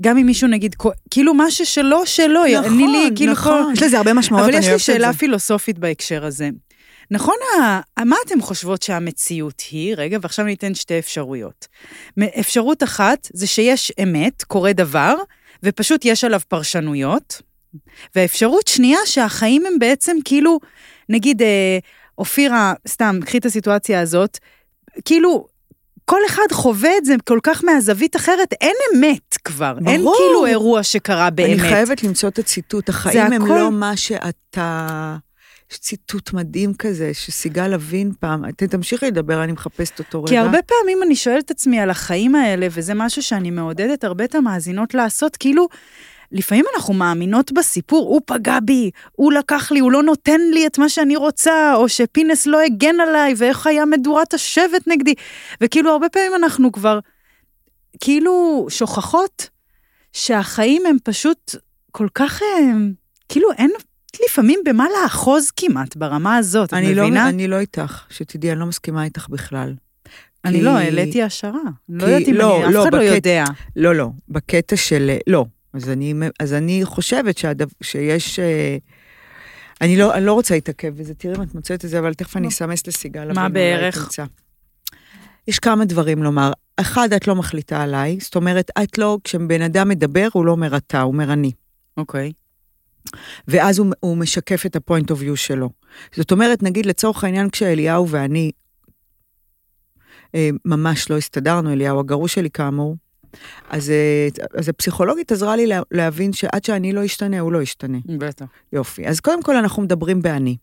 S1: גם אם מישהו נגיד, כו- כאילו מה ששלו, שלו, אני
S2: נכון,
S1: לי, כאילו,
S2: נכון.
S1: כל-
S4: יש לזה הרבה משמעויות,
S1: אבל
S4: אני
S1: יש
S4: אוהבת
S1: לי
S4: את זה.
S1: שאלה פילוסופית בהקשר הזה. נכון, ה- מה אתם חושבות שהמציאות היא? רגע, ועכשיו ניתן שתי אפשרויות. מ- אפשרות אחת זה שיש אמת, קורה דבר, ופשוט יש עליו פרשנויות. והאפשרות שנייה שהחיים הם בעצם כאילו, נגיד, אה, אופירה, סתם, קחי את הסיטואציה הזאת, כאילו, כל אחד חווה את זה כל כך מהזווית אחרת, אין אמת כבר. אין
S2: ברור.
S1: כאילו אירוע שקרה באמת.
S2: אני חייבת למצוא את הציטוט, החיים הם
S1: הכל-
S2: לא מה שאתה... יש ציטוט מדהים כזה, שסיגל לוין פעם, אתם תמשיכי לדבר, אני מחפשת אותו רגע.
S1: כי הרבה פעמים אני שואלת את עצמי על החיים האלה, וזה משהו שאני מעודדת הרבה את המאזינות לעשות, כאילו, לפעמים אנחנו מאמינות בסיפור, הוא פגע בי, הוא לקח לי, הוא לא נותן לי את מה שאני רוצה, או שפינס לא הגן עליי, ואיך היה מדורת השבט נגדי, וכאילו, הרבה פעמים אנחנו כבר, כאילו, שוכחות שהחיים הם פשוט כל כך, הם, כאילו, אין... לפעמים במה לאחוז כמעט ברמה הזאת, את
S2: אני לא,
S1: מבינה?
S2: אני לא איתך, שתדעי, אני לא מסכימה איתך בכלל.
S1: אני
S2: כי-
S1: לא, העליתי השערה. אני לא
S2: כי-
S1: יודעת אם
S2: לא,
S1: אני, אף
S2: לא,
S1: אחד לא
S2: בקטע-
S1: יודע.
S2: לא, לא, בקטע של... לא, אז אני, אז אני חושבת שהדו, שיש... אה, אני לא, אני לא רוצה להתעכב בזה, תראי אם את מוצאת את זה, אבל תכף אני אסמס לסיגל. אבל אולי
S1: בערך?
S2: תמצא. יש כמה דברים לומר. אחד, את לא מחליטה עליי, זאת אומרת, את לא, כשבן אדם מדבר, הוא לא אומר אתה, הוא אומר אני.
S1: אוקיי.
S2: ואז הוא, הוא משקף את ה-point of view שלו. זאת אומרת, נגיד לצורך העניין, כשאליהו ואני אה, ממש לא הסתדרנו, אליהו הגרוש שלי כאמור, אז, אה, אז הפסיכולוגית עזרה לי לה, להבין שעד שאני לא אשתנה, הוא לא ישתנה.
S1: בטח.
S2: יופי. אז קודם כל אנחנו מדברים באני.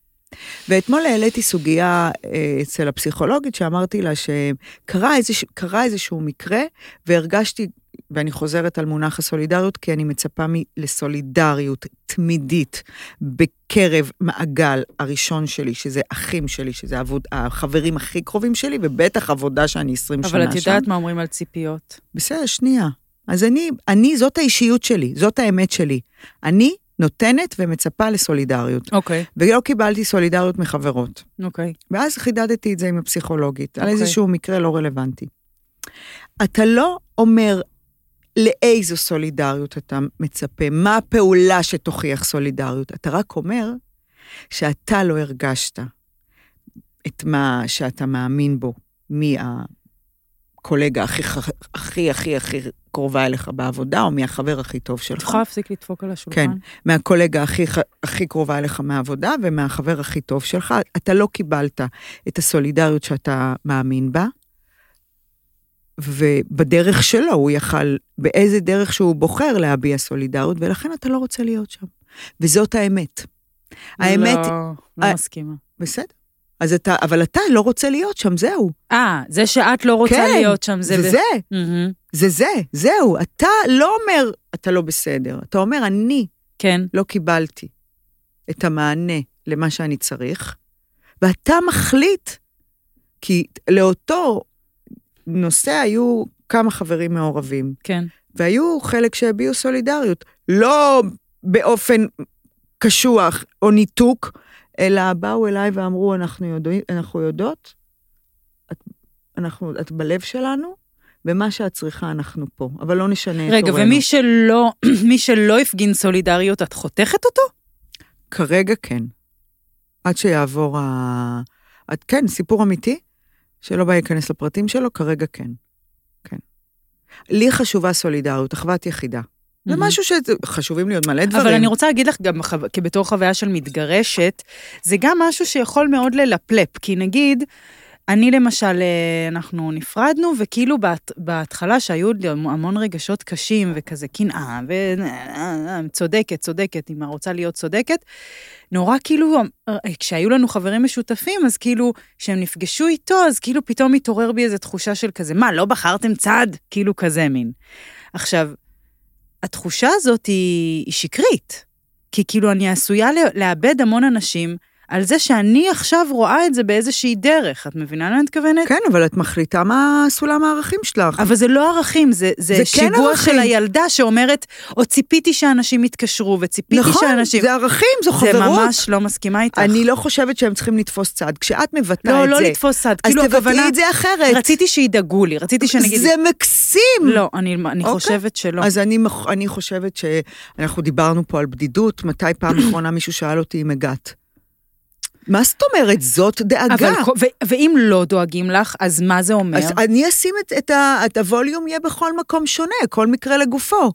S2: ואתמול העליתי סוגיה אה, אצל הפסיכולוגית, שאמרתי לה שקרה איזוש, קרה איזשהו מקרה, והרגשתי, ואני חוזרת על מונח הסולידריות, כי אני מצפה מ- לסולידריות תמידית בקרב מעגל הראשון שלי, שזה אחים שלי, שזה עבוד, החברים הכי קרובים שלי, ובטח עבודה שאני 20 שנה
S1: אבל את
S2: שם.
S1: יודעת מה אומרים על ציפיות.
S2: בסדר, שנייה. אז אני, אני, זאת האישיות שלי, זאת האמת שלי. אני נותנת ומצפה לסולידריות.
S1: אוקיי.
S2: ולא קיבלתי סולידריות מחברות.
S1: אוקיי.
S2: ואז חידדתי את זה עם הפסיכולוגית, okay. על
S1: אוקיי.
S2: איזשהו מקרה לא רלוונטי. אתה לא אומר לאיזו סולידריות אתה מצפה, מה הפעולה שתוכיח סולידריות, אתה רק אומר שאתה לא הרגשת את מה שאתה מאמין בו מהקולגה הכי, ח- הכי הכי הכי קרובה אליך בעבודה, או מהחבר הכי טוב שלך.
S1: את יכולה להפסיק לדפוק על השולחן?
S2: כן. מהקולגה הכי, ח- הכי קרובה אליך מהעבודה ומהחבר הכי טוב שלך, אתה לא קיבלת את הסולידריות שאתה מאמין בה, ובדרך שלו הוא יכל, באיזה דרך שהוא בוחר להביע סולידריות, ולכן אתה לא רוצה להיות שם. וזאת האמת. האמת,
S1: לא, לא
S2: אה,
S1: מסכימה.
S2: בסדר. אז אתה, אבל אתה לא רוצה להיות שם, זהו.
S1: אה, זה שאת לא רוצה
S2: כן,
S1: להיות שם, זה...
S2: זה
S1: ב-
S2: זה,
S1: מהמם.
S2: זה זה, זהו. אתה לא אומר, אתה לא בסדר. אתה אומר, אני
S1: כן.
S2: לא קיבלתי את המענה למה שאני צריך, ואתה מחליט, כי לאותו נושא היו כמה חברים מעורבים,
S1: כן.
S2: והיו חלק שהביעו סולידריות, לא באופן קשוח או ניתוק, אלא באו אליי ואמרו, אנחנו, יודע, אנחנו יודעות, את, אנחנו, את בלב שלנו, ומה שאת צריכה אנחנו פה, אבל לא נשנה את
S1: רגע,
S2: הורנו.
S1: ומי שלא, מי שלא הפגין סולידריות, את חותכת אותו?
S2: כרגע כן. עד שיעבור ה... עד כן, סיפור אמיתי, שלא בא להיכנס לפרטים שלו, כרגע כן. כן. לי חשובה סולידריות, אחוות יחידה. זה
S1: מהמם.
S2: משהו שחשובים לי עוד מלא דברים.
S1: אבל אני רוצה להגיד לך, גם חו- כבתור חוויה של מתגרשת, זה גם משהו שיכול מאוד ללפלפ, כי נגיד, אני למשל, אה, אנחנו נפרדנו, וכאילו בהת- בהתחלה שהיו לי המ- המון רגשות קשים, וכזה קנאה, וצודקת, צודקת, אם רוצה להיות צודקת, נורא כאילו, אה, כשהיו לנו חברים משותפים, אז כאילו, כשהם נפגשו איתו, אז כאילו פתאום התעורר בי איזו תחושה של כזה, מה, לא בחרתם צד? כאילו כזה מין. עכשיו, התחושה הזאת היא, היא שקרית, כי כאילו אני עשויה ל- לאבד המון אנשים על זה שאני עכשיו רואה את זה באיזושהי דרך, את מבינה למה אני מתכוונת?
S2: כן, אבל את מחליטה מה סולם הערכים שלך.
S1: אבל זה לא ערכים, זה, זה,
S2: כן. זה כן
S1: שיגוע
S2: ערכים.
S1: של הילדה שאומרת, או ציפיתי שאנשים יתקשרו, וציפיתי
S2: נכון,
S1: שאנשים...
S2: זה ערכים, זו
S1: זה
S2: חברות.
S1: ממש לא מסכימה איתך.
S2: אני לא חושבת שהם צריכים לתפוס צד. כשאת מבטאת
S1: לא,
S2: את
S1: לא
S2: זה,
S1: לתפוס צד.
S2: אז
S1: כאילו, הכוונה...
S2: תבטאי את זה אחרת.
S1: רציתי שידאגו לי, רציתי שנגיד...
S2: זה מקסים!
S1: לא, אני, אני
S2: אוקיי.
S1: חושבת שלא.
S2: אז אני, מח- אני חושבת שאנחנו דיברנו פה על בדידות, מתי פעם אחרונה מישהו שאל אותי אם הגעת? מה זאת אומרת? זאת דאגה.
S1: אבל, כל- ו- ואם לא דואגים לך, אז מה זה אומר?
S2: אז אני אשים את, את, ה, את הווליום יהיה בכל מקום שונה, כל מקרה לגופו.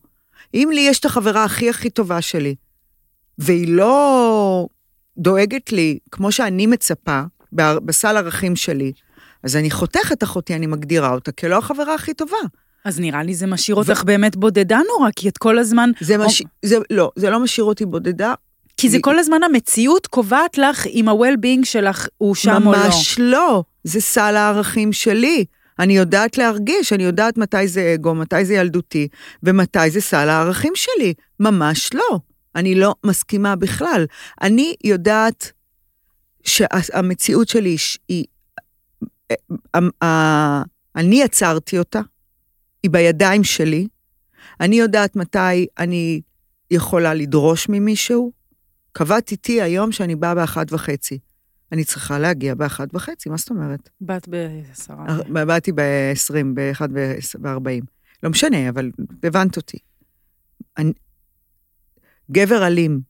S2: אם לי יש את החברה הכי הכי טובה שלי, והיא לא דואגת לי כמו שאני מצפה, ב- בסל ערכים שלי, אז אני חותכת אחותי, אני מגדירה אותה כלא החברה הכי טובה.
S1: אז נראה לי זה משאיר אותך באמת בודדה נורא, כי את כל הזמן...
S2: זה, מש... זה, לא, זה לא משאיר אותי בודדה,
S1: כי זה
S2: היא-
S1: כל הזמן המציאות קובעת לך אם ה-well-being שלך הוא שם או לא.
S2: ממש לא. זה סל הערכים שלי. אני יודעת להרגיש, אני יודעת מתי זה אגו, מתי זה ילדותי, ומתי זה סל הערכים שלי. ממש לא. אני לא מסכימה בכלל. אני יודעת שהמציאות שלי היא ש- היא... ה- ה- אני יצרתי אותה, היא בידיים שלי. אני יודעת מתי אני יכולה לדרוש ממישהו. קבעתי איתי היום שאני באה באחת וחצי. אני צריכה להגיע באחת וחצי, מה זאת אומרת? אה,
S1: בת בעשרה.
S2: באתי ב-20, ב-1 ב-40. לא משנה, אבל הבנת אותי. אני, גבר אלים.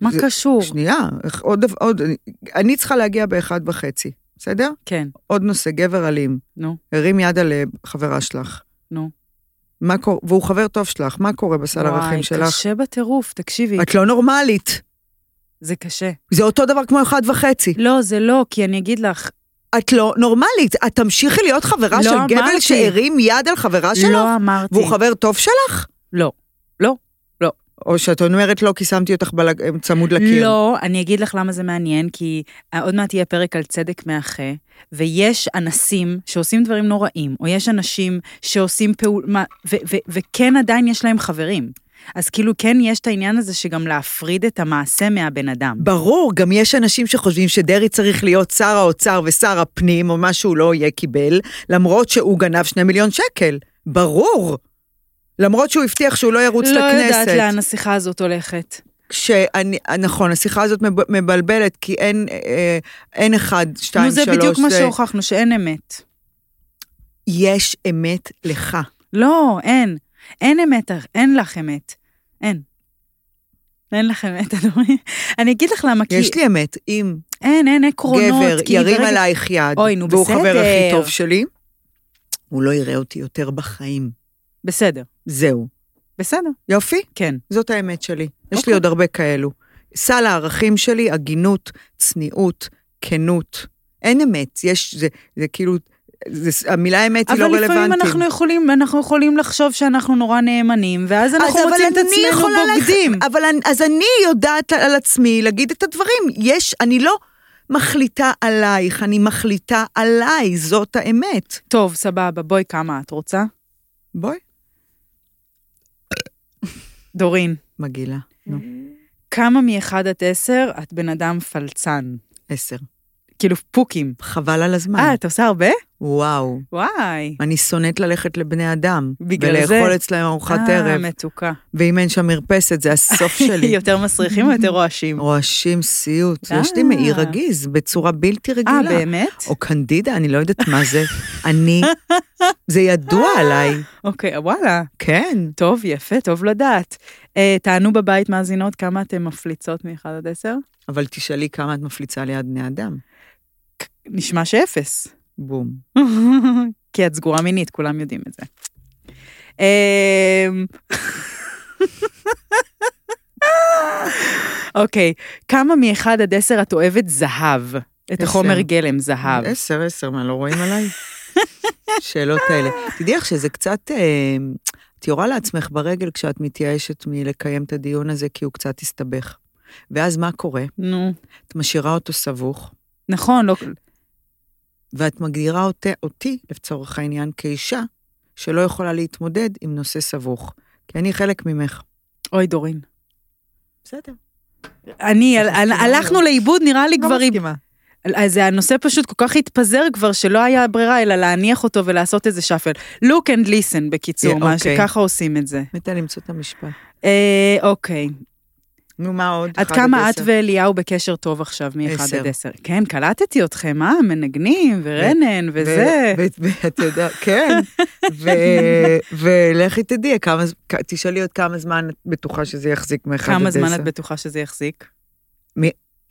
S1: מה
S2: זה-
S1: קשור?
S2: שנייה, איך- עוד, דב- עוד, אני צריכה להגיע באחד וחצי, בסדר?
S1: כן,
S2: עוד נושא, גבר אלים.
S1: נו.
S2: הרים יד על אה, חברה שלך.
S1: נו.
S2: מה קורה, והוא חבר טוב שלך, מה קורה בסל
S1: וואי,
S2: ערכים שלך?
S1: קשה בטירוף, תקשיבי,
S2: את לא נורמלית.
S1: זה קשה.
S2: זה אותו דבר כמו אחד וחצי.
S1: לא, זה לא, כי אני אגיד לך,
S2: את לא נורמלית. את תמשיכי להיות חברה
S1: לא
S2: של גבר
S1: אמרתי.
S2: שהרים יד על חברה שלך?
S1: לא אמרתי.
S2: והוא חבר טוב שלך?
S1: לא.
S2: או שאת אומרת לא כי שמתי אותך בלג... צמוד לקיר.
S1: לא, אני אגיד לך למה זה מעניין, כי אה, עוד מעט יהיה פרק על צדק מאחה, ויש אנסים שעושים דברים נוראים, או יש אנשים שעושים פעול... מה- ו- ו- וכן עדיין יש להם חברים. אז כאילו כן יש את העניין הזה שגם להפריד את המעשה מהבן אדם.
S2: ברור, גם יש אנשים שחושבים שדרעי צריך להיות שר האוצר ושר הפנים, או מה שהוא לא יהיה קיבל, למרות שהוא גנב שני מיליון שקל. ברור. למרות שהוא הבטיח שהוא לא ירוץ
S1: לא
S2: לכנסת.
S1: יודעת לאן השיחה הזאת הולכת.
S2: שאני, נכון, השיחה הזאת מב- מבלבלת, כי אין, אה, אין אחד, שתיים,
S1: נו, זה
S2: שלוש.
S1: בדיוק מה שהוכחנו, שאין אמת.
S2: יש אמת לך.
S1: לא, אין. אין אמת, אין לך אמת. אין. אין לך אמת, אדוני. אני אגיד לך למה, כי
S2: יש לי אמת. אם
S1: אין, אין עקרונות.
S2: גבר
S1: כי
S2: ירים
S1: ברגע-
S2: עלייך יד,
S1: אוי, נו,
S2: והוא
S1: בסדר.
S2: חבר הכי טוב שלי, הוא לא יראה אותי יותר בחיים.
S1: בסדר,
S2: זהו.
S1: בסדר,
S2: יופי,
S1: כן.
S2: זאת האמת שלי. יש לי
S1: אוקיי.
S2: עוד הרבה כאלו. סל הערכים שלי, הגינות, צניעות, כנות. אין אמת, יש, זה, זה כאילו, זה, המילה אמת היא לא
S1: אבל
S2: רלוונטית.
S1: לפעמים אנחנו יכולים, אנחנו יכולים לחשוב שאנחנו נורא נאמנים, ואז אנחנו
S2: אז אבל
S1: מוצאים את
S2: אני
S1: עצמנו
S2: יכולה ללכת-
S1: בוגדים.
S2: אבל אני- אז אני יודעת על עצמי להגיד את הדברים. יש, אני לא מחליטה עלייך, אני מחליטה עליי, זאת האמת.
S1: טוב, סבבה, בואי כמה את רוצה.
S2: בואי.
S1: דורין,
S2: מגעילה. נו,
S1: כמה מאחד עד עשר את בן אדם פלצן?
S2: עשר.
S1: כאילו פוקים.
S2: חבל על הזמן.
S1: אה, את עושה הרבה?
S2: וואו.
S1: וואי.
S2: אני שונאת ללכת לבני אדם.
S1: בגלל
S2: ולאכול
S1: זה?
S2: אצלהם ארוחת
S1: אה,
S2: ערב.
S1: מתוקה.
S2: ואם אין שם מרפסת, זה הסוף שלי. אוקיי,
S1: יותר מסריחים או יותר רועשים?
S2: רועשים סיוט.
S1: אה.
S2: יש לי מעי רגיז בצורה בלתי
S1: אה,
S2: רגילה.
S1: באמת?
S2: או קנדידה, אני לא יודעת מה זה. אני... זה ידוע
S1: אה.
S2: עליי.
S1: אוקיי, וואלה.
S2: כן.
S1: טוב, יפה, טוב לדעת. אה, תענו בבית, מאזינות, כמה אתן מפליצות מ-1 עד 10?
S2: אבל תשאלי כמה את מפליצה ליד בני אדם.
S1: נשמע שאפס.
S2: בום.
S1: כי את סגורה מינית, כולם יודעים את זה. אמ, אוקיי, כמה מ-1 עד 10 את אוהבת זהב? את
S2: עשר.
S1: החומר גלם, זהב.
S2: עשר, עשר, מה, לא רואים עליי? שאלות האלה. תדעי לך שזה קצת... אה, את יורה לעצמך ברגל כשאת מתייאשת מלקיים את הדיון הזה, כי הוא קצת הסתבך. ואז מה קורה?
S1: נו,
S2: את משאירה אותו סבוך,
S1: נכון, לא...
S2: ואת מגדירה אותי, אותי, לצורך העניין, כאישה שלא יכולה להתמודד עם נושא סבוך. כי אני חלק ממך.
S1: אוי, דורין.
S2: בסדר.
S1: אני,
S2: את מסכימה
S1: הלכנו
S2: מאוד.
S1: לאיבוד, נראה לי כבר...
S4: לא מסכימה.
S1: אז הנושא פשוט כל כך התפזר כבר, שלא היה ברירה אלא להניח אותו ולעשות איזה שפל. look and listen, בקיצור,
S2: אה,
S1: מה
S2: אוקיי.
S1: שככה עושים את זה.
S2: מתה למצוא את המשפט.
S1: אה, אוקיי.
S2: נו, מה עוד?
S1: עד
S2: אחד
S1: כמה את
S2: עשר.
S1: ואליהו בקשר טוב עכשיו, מ-1
S2: עשר.
S1: עד 10? כן, קלטתי אתכם, אה? מנגנים, ורנן, וזה.
S2: ו- ו- ואת יודעת, כן. ו- ולכי תדעי, כמה ז- כ- תשאלי עוד כמה זמן את בטוחה שזה יחזיק מאחד עד עשר.
S1: כמה זמן את בטוחה שזה יחזיק?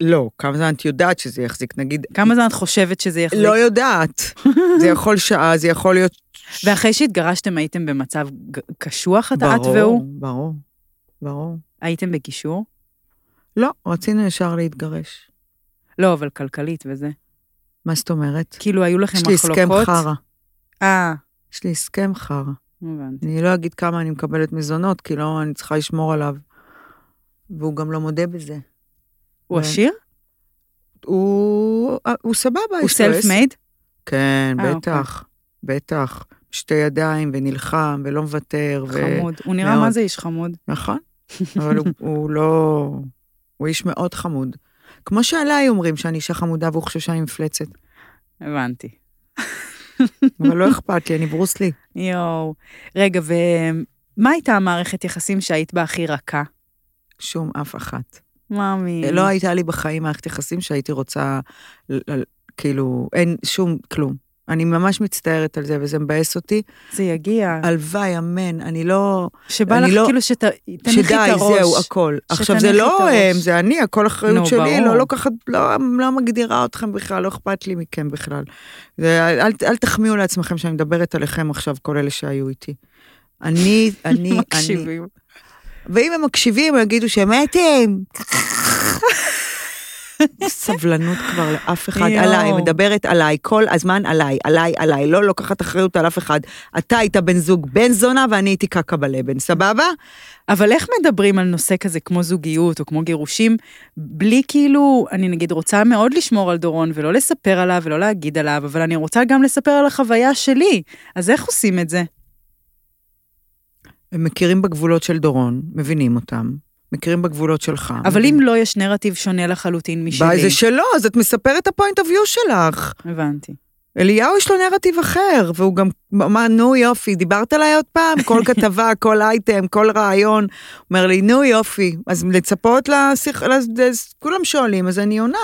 S2: לא, כמה זמן את יודעת שזה יחזיק, נגיד...
S1: כמה זמן את חושבת שזה יחזיק?
S2: לא יודעת. זה יכול שעה, זה יכול להיות...
S1: ואחרי שהתגרשתם הייתם במצב ג- קשוח, את את
S2: ברור,
S1: והוא?
S2: ברור, ברור.
S1: הייתם בגישור?
S2: לא, רצינו ישר להתגרש.
S1: לא, אבל כלכלית וזה.
S2: מה זאת אומרת?
S1: כאילו, היו לכם
S2: יש לי
S1: מחלוקות?
S2: הסכם חרא.
S1: אה,
S2: יש לי הסכם חרא.
S1: הבנתי.
S2: אני לא אגיד כמה אני מקבלת מזונות, כי לא, אני צריכה לשמור עליו. והוא גם לא מודה בזה.
S1: הוא
S2: כן.
S1: עשיר?
S2: הוא, הוא סבבה,
S1: הוא
S2: יש לו
S1: סלף
S2: עסק. אוקיי.
S1: מייד?
S2: כן,
S1: אה,
S2: בטח, בטח. שתי ידיים ונלחם ולא מוותר. ו...
S1: חמוד. הוא נראה
S2: מאוד.
S1: מה זה איש חמוד.
S2: נכון, אבל הוא, הוא לא... הוא איש מאוד חמוד. כמו שעליי אומרים שאני אישה חמודה והוא חושב שאני מפלצת.
S1: הבנתי.
S2: אבל לא אכפת לי, אני ברוס לי.
S1: יואו. רגע, ומה הייתה המערכת יחסים שהיית בה הכי רכה?
S2: שום אף אחת.
S1: מאמי.
S2: לא הייתה לי בחיים מערכת יחסים שהייתי רוצה, ל- ל- כאילו, אין שום, כלום. אני ממש מצטערת על זה, וזה מבאס אותי.
S1: זה יגיע.
S2: אה. הלוואי, אמן, אני לא...
S1: שבא
S2: אני
S1: לך
S2: לא-
S1: כאילו שת... תנחי את
S2: שדי,
S1: הראש.
S2: זהו, אוקיי, הכל. עכשיו, זה
S1: שתניחי את
S2: לא
S1: הראש.
S2: הם, זה אני, הכל
S1: נו,
S2: אחריות שלי,
S1: ברור.
S2: לא לוקחת, לא, לא מגדירה אתכם בכלל, לא אכפת לי מכם בכלל. זה, אל, אל תחמיאו לעצמכם שאני מדברת עליכם עכשיו, כל אלה שהיו איתי. אני, אני, אני.
S1: מקשיבים.
S2: ואם הם מקשיבים, הם יגידו שמתם. סבלנות כבר לאף אחד,
S1: יואו.
S2: עליי, מדברת עליי, כל הזמן עליי, עליי, עליי, לא לוקחת אחריות על אף אחד. אתה היית בן זוג בן זונה ואני הייתי קקה בלבן, סבבה?
S1: אבל איך מדברים על נושא כזה כמו זוגיות או כמו גירושים, בלי כאילו, אני נגיד רוצה מאוד לשמור על דורון ולא לספר עליו ולא להגיד עליו, אבל אני רוצה גם לספר על החוויה שלי, אז איך עושים את זה?
S2: הם מכירים בגבולות של דורון, מבינים אותם, מכירים בגבולות שלך.
S1: אבל לא אם לא, יש נרטיב שונה לחלוטין משלי.
S2: ביי, זה שלו, אז את מספרת את הפוינט אוף יו שלך.
S1: הבנתי.
S2: אליהו יש לו נרטיב אחר, והוא גם אמר, נו יופי, דיברת עליי עוד פעם? כל כתבה, כל אייטם, כל רעיון. הוא אומר לי, נו יופי. אז לצפות לשיח... לס... לס- כולם שואלים, אז אני עונה.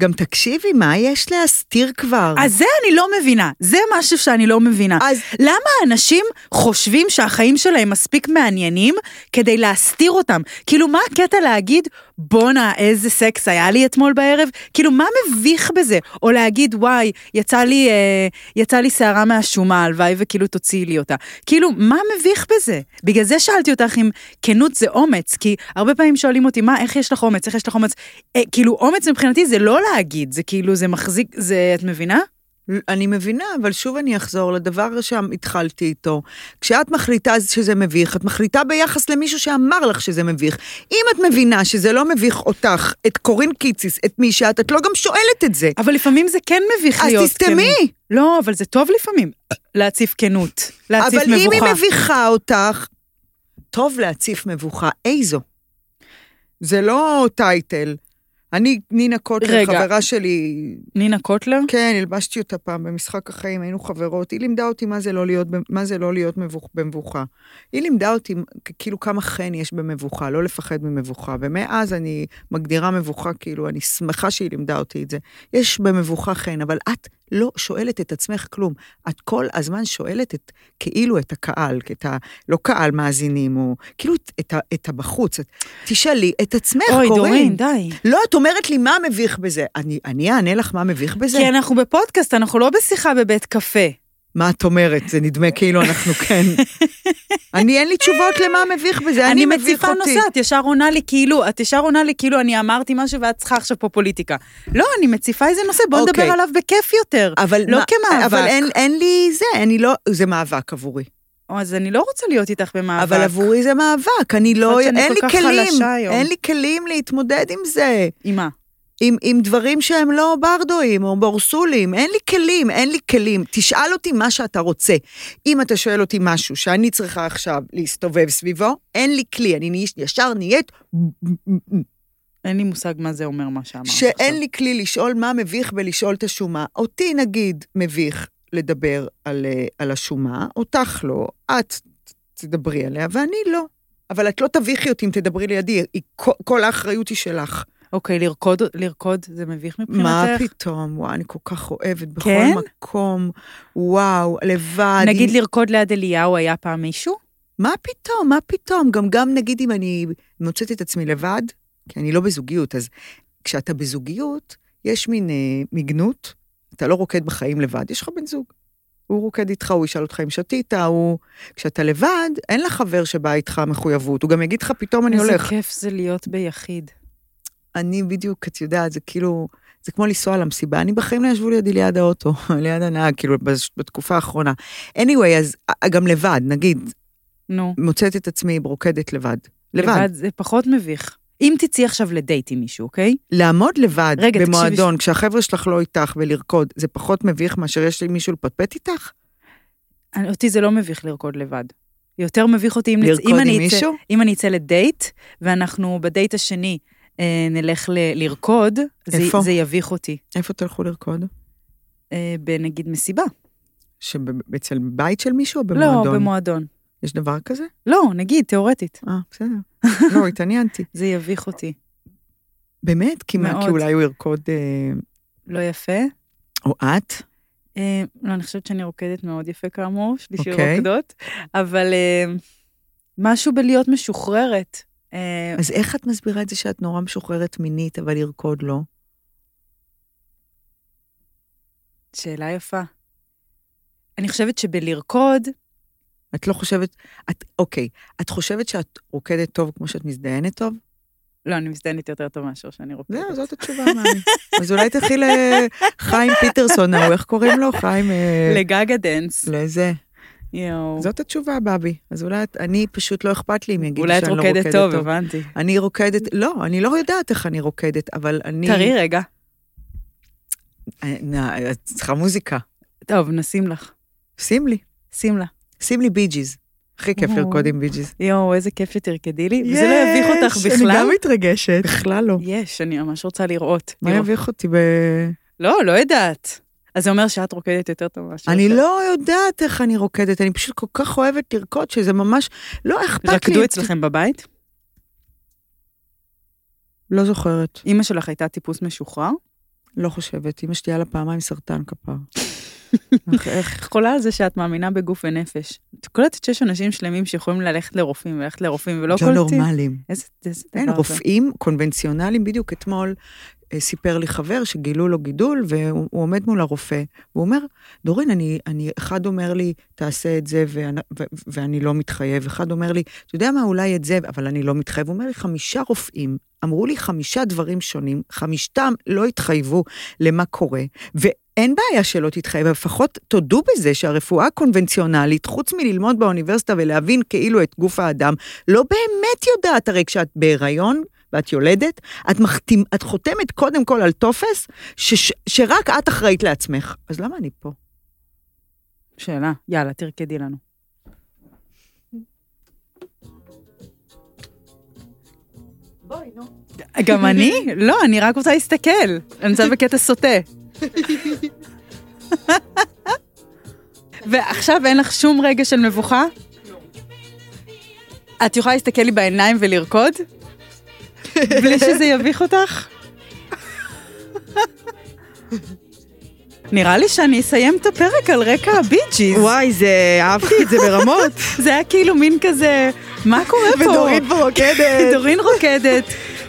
S2: גם תקשיבי, מה יש להסתיר כבר?
S1: אז זה אני לא מבינה, זה משהו שאני לא מבינה.
S2: אז
S1: למה אנשים חושבים שהחיים שלהם מספיק מעניינים כדי להסתיר אותם? כאילו, מה הקטע להגיד, בואנה, איזה סקס היה לי אתמול בערב? כאילו, מה מביך בזה? או להגיד, וואי, יצא לי, אה, יצא לי שערה מהשומה, הלוואי וכאילו תוציאי לי אותה. כאילו, מה מביך בזה? בגלל זה שאלתי אותך אם כנות זה אומץ, כי הרבה פעמים שואלים אותי, מה, איך יש לך אומץ? איך יש לך אומץ? אה, כאילו, אומץ מבחינתי זה לא להגיד, זה כאילו, זה מחזיק, זה, את מבינה?
S2: אני מבינה, אבל שוב אני אחזור לדבר שהתחלתי איתו. כשאת מחליטה שזה מביך, את מחליטה ביחס למישהו שאמר לך שזה מביך. אם את מבינה שזה לא מביך אותך, את קורין קיציס, את מי שאת, את לא גם שואלת את זה.
S1: אבל לפעמים זה כן מביך
S2: אז
S1: להיות
S2: תסתמי.
S1: כנות. לא, אבל זה טוב לפעמים. להציף כנות, להציף
S2: אבל
S1: מבוכה.
S2: אם היא מביכה אותך, טוב להציף מבוכה. איזו. זה לא טייטל. אני, נינה קוטלר,
S1: רגע.
S2: חברה שלי,
S1: נינה קוטלר?
S2: כן, הלבשתי אותה פעם במשחק החיים, היינו חברות. היא לימדה אותי מה זה לא להיות, ב- מה זה לא להיות מבוכ, במבוכה. היא לימדה אותי כ- כאילו כמה חן יש במבוכה, לא לפחד ממבוכה. ומאז אני מגדירה מבוכה, כאילו, אני שמחה שהיא לימדה אותי את זה. יש במבוכה חן, אבל את לא שואלת את עצמך כלום. את כל הזמן שואלת את, כאילו את הקהל, את ה... לא קהל מאזינים, או כאילו את, את, ה- את הבחוץ. את, תשאלי את עצמך,
S1: אוי, דורין,
S2: קורין.
S1: די.
S2: לא, את אומרת לי מה מביך בזה. אני, אני אענה לך מה מביך בזה?
S1: כי אנחנו בפודקאסט, אנחנו לא בשיחה בבית קפה.
S2: מה את אומרת? זה נדמה כאילו אנחנו כן. אני, אין לי תשובות למה מביך בזה, אני
S1: אני
S2: מביך
S1: מציפה
S2: אותי.
S1: נושא, את ישר עונה לי כאילו, את ישר עונה לי כאילו אני אמרתי משהו ואת צריכה עכשיו פה פוליטיקה. לא, אני מציפה איזה נושא, בוא נדבר
S2: אוקיי.
S1: עליו בכיף יותר.
S2: אבל
S1: לא
S2: מה-
S1: כמאבק.
S2: אבל אין, אין לי זה, אני לא, זה מאבק עבורי.
S1: או, אז אני לא רוצה להיות איתך במאבק.
S2: אבל עבורי זה מאבק, אני לא,
S1: שאני
S2: אין
S1: כל
S2: לי
S1: כך
S2: כלים,
S1: חלשה היום.
S2: אין לי כלים להתמודד עם זה.
S1: עם מה?
S2: עם, עם דברים שהם לא ברדואים או בורסולים, אין לי כלים, אין לי כלים. תשאל אותי מה שאתה רוצה. אם אתה שואל אותי משהו שאני צריכה עכשיו להסתובב סביבו, אין לי כלי, אני ניש- ישר נהיית
S1: אין לי מושג מה זה אומר מה שאמרת עכשיו.
S2: שאין לי כלי לשאול מה מביך בלשאול את השומה. אותי, נגיד, מביך לדבר על, אה, על השומה, אותך לא, את ת- תדברי עליה ואני לא. אבל את לא תביכי אותי אם תדברי לידי, היא- כל- כל האחריות היא שלך.
S1: אוקיי, לרקוד, לרקוד זה מביך מבחינתך?
S2: מה פתאום, וואי, אני כל כך אוהבת בכל
S1: כן?
S2: מקום, וואו, לבד.
S1: נגיד
S2: עם-
S1: לרקוד ליד אליהו היה פעם מישהו?
S2: מה פתאום, מה פתאום? גם, גם נגיד אם אני מוצאת את עצמי לבד, כי אני לא בזוגיות, אז כשאתה בזוגיות, יש מין אה, מיגנות, אתה לא רוקד בחיים לבד, יש לך בן זוג. הוא רוקד איתך, הוא ישאל אותך אם שתית, הוא... כשאתה לבד, אין לך חבר שבא איתך מחויבות, הוא גם יגיד לך, פתאום אני
S1: איזה
S2: הולך.
S1: כיף זה כן. להיות ביחיד.
S2: אני בדיוק, את יודעת, זה כאילו, זה כמו לנסוע למסיבה. אני בחיים לא ישבו לידי ליד האוטו, ליד הנהג, כאילו, בש- בתקופה האחרונה. anyway, אז אה, גם לבד, נגיד,
S1: נו.
S2: מוצאת את עצמי רוקדת לבד. לבד.
S1: לבד זה פחות מביך. אם תצאי עכשיו לדייט עם מישהו, אוקיי?
S2: לעמוד לבד
S1: רגע,
S2: רגע,
S1: תקשיבי
S2: במועדון, כשהחבר'ה שלך לא איתך ולרקוד, זה פחות מביך מאשר יש לי מישהו לפטפט איתך?
S1: אני- אותי זה לא מביך לרקוד לבד. יותר מביך אותי אם, נצ...
S2: לרקוד
S1: אם,
S2: עם
S1: אני, אצא,
S2: מישהו?
S1: אם אני אצא לדייט, ואנחנו בדייט השני אה, נלך ל... לרקוד, זה,
S2: איפה?
S1: זה יביך אותי.
S2: איפה תלכו לרקוד?
S1: אה, בנגיד מסיבה.
S2: שאצל בית של מישהו או
S1: לא,
S2: במועדון?
S1: במועדון.
S2: יש דבר כזה?
S1: לא, נגיד, תיאורטית.
S2: אה, בסדר. לא, התעניינתי.
S1: זה יביך אותי.
S2: באמת? כי, מה,
S1: מאוד.
S2: כי אולי הוא ירקוד... אה,
S1: לא יפה?
S2: או את?
S1: אה, לא, אני חושבת שאני רוקדת מאוד יפה כאמור, יש לי שיר
S2: אוקיי.
S1: רוקדות, אבל אה, משהו בלהיות משוחררת. אה,
S2: אז איך את מסבירה את זה שאת נורא משוחררת מינית, אבל לרקוד לא?
S1: שאלה יפה. אני חושבת שבלרקוד,
S2: את לא חושבת... את, אוקיי, את חושבת שאת רוקדת טוב כמו שאת מזדיינת טוב?
S1: לא, אני מזדיינת יותר טוב מאשר שאני רוקדת.
S2: זהו, לא, זאת התשובה, מאמי. אז אולי תלכי לחיים פיטרסון, ההוא, איך קוראים לו? חיים... אה,
S1: לגאגה דנס.
S2: לזה.
S1: יואו.
S2: זאת התשובה, בבי. אז אולי את... אני פשוט לא אכפת לי אם יגידו
S1: אולי את
S2: שאני לא רוקדת
S1: רוקדת טוב, הבנתי.
S2: אני רוקדת... לא, אני לא יודעת איך אני רוקדת, אבל אני...
S1: תראי רגע.
S2: אה, נא, את צריכה מוזיקה.
S1: טוב, נשים לך.
S2: שים לי.
S1: שים לה.
S2: שים לי בי ג'יז. הכי כיף
S4: או.
S2: לרקוד עם בי ג'יז.
S1: יואו, איזה כיף שתרקדי לי. וזה לא יביך אותך
S4: יש, אני
S1: בכלל?
S4: גם מתרגשת.
S2: בכלל לא.
S1: יש, אני ממש רוצה לראות.
S2: מה
S1: לראות.
S2: יביך אותי ב...
S1: לא, לא יודעת. אז זה אומר שאת רוקדת יותר טוב מאשר...
S2: אני
S1: שאת.
S2: לא יודעת איך אני רוקדת, אני פשוט כל כך אוהבת לרקוד, שזה ממש... לא אכפת לי.
S1: רקדו אצלכם בבית?
S2: לא זוכרת.
S1: אימא שלך הייתה טיפוס משוחרר?
S2: לא חושבת. אמא שלי היה לה פעמיים סרטן כפר. איך- איך...
S1: את חולה על זה שאת מאמינה בגוף ונפש. את קולטת שיש אנשים שלמים שיכולים ללכת לרופאים וללכת לרופאים ולא
S2: לא
S1: קולטים?
S2: נורמלים.
S1: איזה איזה
S2: אין,
S1: דבר זה.
S2: רופאים כן, קונבנציונליים, בדיוק אתמול אה, סיפר לי חבר שגילו לו גידול, והוא הוא עומד מול הרופא, והוא אומר, דורין, אני, אני, אחד אומר לי, תעשה את זה, ואני, ו, ואני לא מתחייב, אחד אומר לי, אתה יודע מה, אולי את זה, אבל אני לא מתחייב. הוא אומר לי, חמישה רופאים אמרו לי חמישה דברים שונים, חמישתם לא התחייבו למה קורה, ו... אין בעיה שלא תתחייב, אבל לפחות תודו בזה שהרפואה הקונבנציונלית, חוץ מללמוד באוניברסיטה ולהבין כאילו את גוף האדם, לא באמת יודעת, הרי כשאת בהיריון ואת יולדת, את, מחתים, את חותמת קודם כל על טופס שש, שרק את אחראית לעצמך. אז למה אני פה?
S1: שאלה. יאללה, תרקדי לנו.
S2: בואי, נו.
S1: גם אני? לא, אני רק רוצה להסתכל. אני נמצאת בקטע סוטה. ועכשיו אין לך שום רגע של מבוכה? את יכולה להסתכל לי בעיניים ולרקוד? בלי שזה יביך אותך? נראה לי שאני אסיים את הפרק על רקע הבי ג'יז.
S4: וואי, זה... אהבתי את זה ברמות.
S1: זה היה כאילו מין כזה, מה קורה פה?
S4: ודורית פה רוקדת.
S1: דורין רוקדת.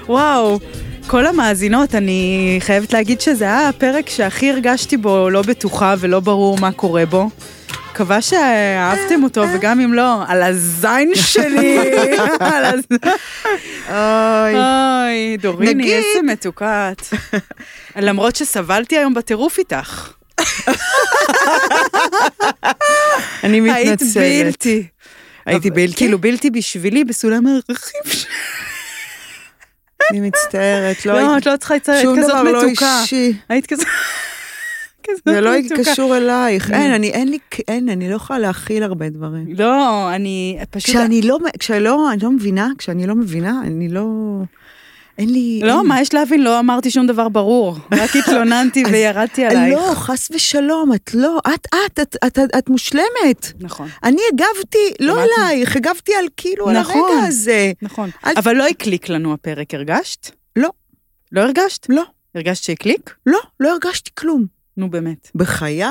S1: וואו. כל המאזינות, אני חייבת להגיד שזה היה הפרק שהכי הרגשתי בו לא בטוחה ולא ברור מה קורה בו. מקווה שאהבתם אותו, וגם אם לא, על הזין שלי. על הז...
S2: אוי.
S1: אוי, דוריני,
S2: נגיד-
S1: איזה מתוקת. למרות שסבלתי היום בטירוף איתך.
S2: אני
S1: היית
S2: מתנצלת.
S1: בלתי.
S2: הייתי
S1: אבל-
S2: בלתי?
S1: כאילו בלתי בשבילי בסולם הערכים שלי.
S2: אני מצטערת, לא
S1: לא,
S2: הייתי...
S1: את לא צריכה לצאת
S2: שום
S1: כזאת
S2: דבר לא
S1: מתוקה.
S2: אישי.
S1: היית כזאת... כזאת
S2: זה לא
S1: מתוקה.
S2: קשור אלייך. אין, אני אין לי... אין, אני לא יכולה להכיל הרבה דברים.
S1: לא, אני פשוט...
S2: כשאני לא, כשלא, אני לא מבינה, כשאני לא מבינה, אני לא... אין לי...
S1: לא,
S2: אין-
S1: מה יש להבין? לא אמרתי שום דבר ברור. רק התלוננתי
S2: אז-
S1: וירדתי עלייך.
S2: לא, חס ושלום, את לא, את, את, את, את, את, את מושלמת.
S1: נכון,
S2: אני הגבתי, לא
S1: שמעת?
S2: אלייך, הגבתי על כאילו, על
S1: נכון.
S2: הרגע הזה.
S1: נכון.
S2: אל-
S1: אבל לא הקליק לנו הפרק, הרגשת?
S2: לא.
S1: לא הרגשת?
S2: לא.
S1: הרגשת שהקליק?
S2: לא, לא הרגשתי כלום.
S1: נו באמת.
S2: בחיי,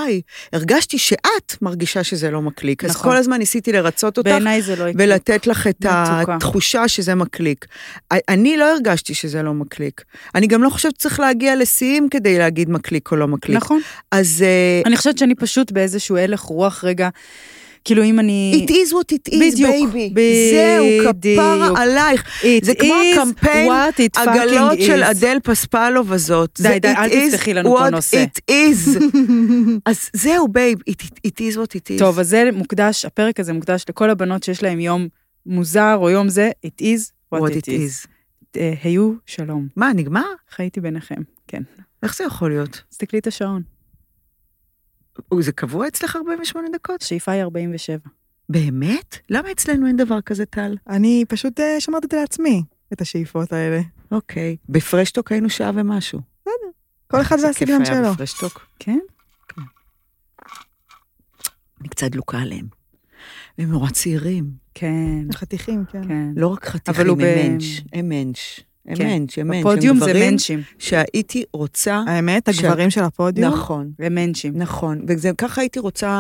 S2: הרגשתי שאת מרגישה שזה לא מקליק. אז
S1: נכון.
S2: כל הזמן ניסיתי לרצות אותך.
S1: בעיניי זה לא הקליק.
S2: ולתת לך את
S1: מתוקה.
S2: התחושה שזה מקליק. א- אני לא הרגשתי שזה לא מקליק. אני גם לא חושבת שצריך להגיע לשיאים כדי להגיד מקליק או לא מקליק.
S1: נכון.
S2: אז אה,
S1: אני חושבת שאני פשוט באיזשהו הלך רוח רגע, כאילו אם אני...
S2: It is what it is,
S1: בדיוק,
S2: baby. זהו,
S1: בדיוק.
S2: כפרה עלייך.
S1: It
S2: זה כמו
S1: is
S2: הקמפיין
S1: what it fucking
S2: הגלות של
S1: is.
S2: אדל פספלוב הזאת.
S1: די,
S2: זה
S1: די,
S2: it
S1: אל
S2: is
S1: תפתחי לנו פה
S2: what
S1: נושא.
S2: It is. אז זהו, בייב, it, it, it is what it is.
S1: טוב, אז זה מוקדש, הפרק הזה מוקדש לכל הבנות שיש להן יום מוזר או יום זה, it is what,
S2: what it is.
S1: אה, היו שלום.
S2: מה, נגמר?
S1: חייתי ביניכם, כן.
S2: איך זה יכול להיות?
S1: אז תקלי את השעון.
S2: אוי, זה קבוע אצלך 48 דקות?
S1: השאיפה היא 47.
S2: באמת? למה אצלנו אין דבר כזה, טל?
S4: אני פשוט אה, שמרתי את זה לעצמי, את השאיפות האלה.
S2: אוקיי. בפרשטוק היינו שעה ומשהו.
S4: כל אחד
S2: איזה כיף
S4: והסגנון
S2: היה
S4: שלו.
S2: בפרשטוק.
S1: כן?
S2: אני קצת דלוקה עליהם. הם נורא צעירים.
S1: כן,
S4: חתיכים, כן.
S1: כן.
S2: לא רק
S1: אבל
S2: חתיכים,
S1: הוא
S2: הם
S1: ב-
S2: מענץ', הם מענץ'.
S1: כן.
S2: אמנץ', אמנץ', הם
S1: הפודיום זה
S2: דברים
S1: מנצ'ים,
S2: שהייתי רוצה...
S4: האמת,
S2: ש-
S4: הגברים של הפודיום?
S2: נכון.
S1: זה מנצ'ים.
S2: נכון, וככה הייתי רוצה,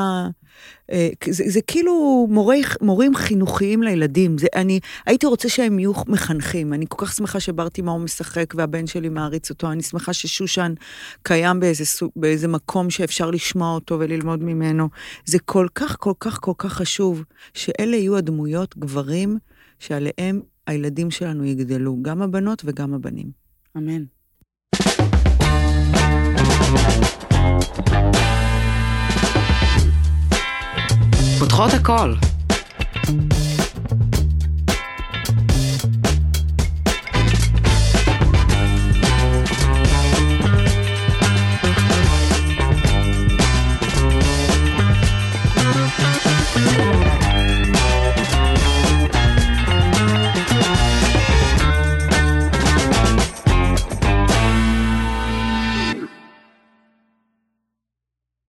S2: אה, זה, זה כאילו מורי, מורים חינוכיים לילדים, זה, אני הייתי רוצה שהם יהיו מחנכים, אני כל כך שמחה שברטימאו משחק והבן שלי מעריץ אותו, אני שמחה ששושן קיים באיזה, סוג, באיזה מקום שאפשר לשמוע אותו וללמוד ממנו, זה כל כך, כל כך, כל כך חשוב, שאלה יהיו הדמויות, גברים, שעליהם הילדים שלנו יגדלו, גם הבנות וגם הבנים.
S1: אמן.
S3: פותחות הכל.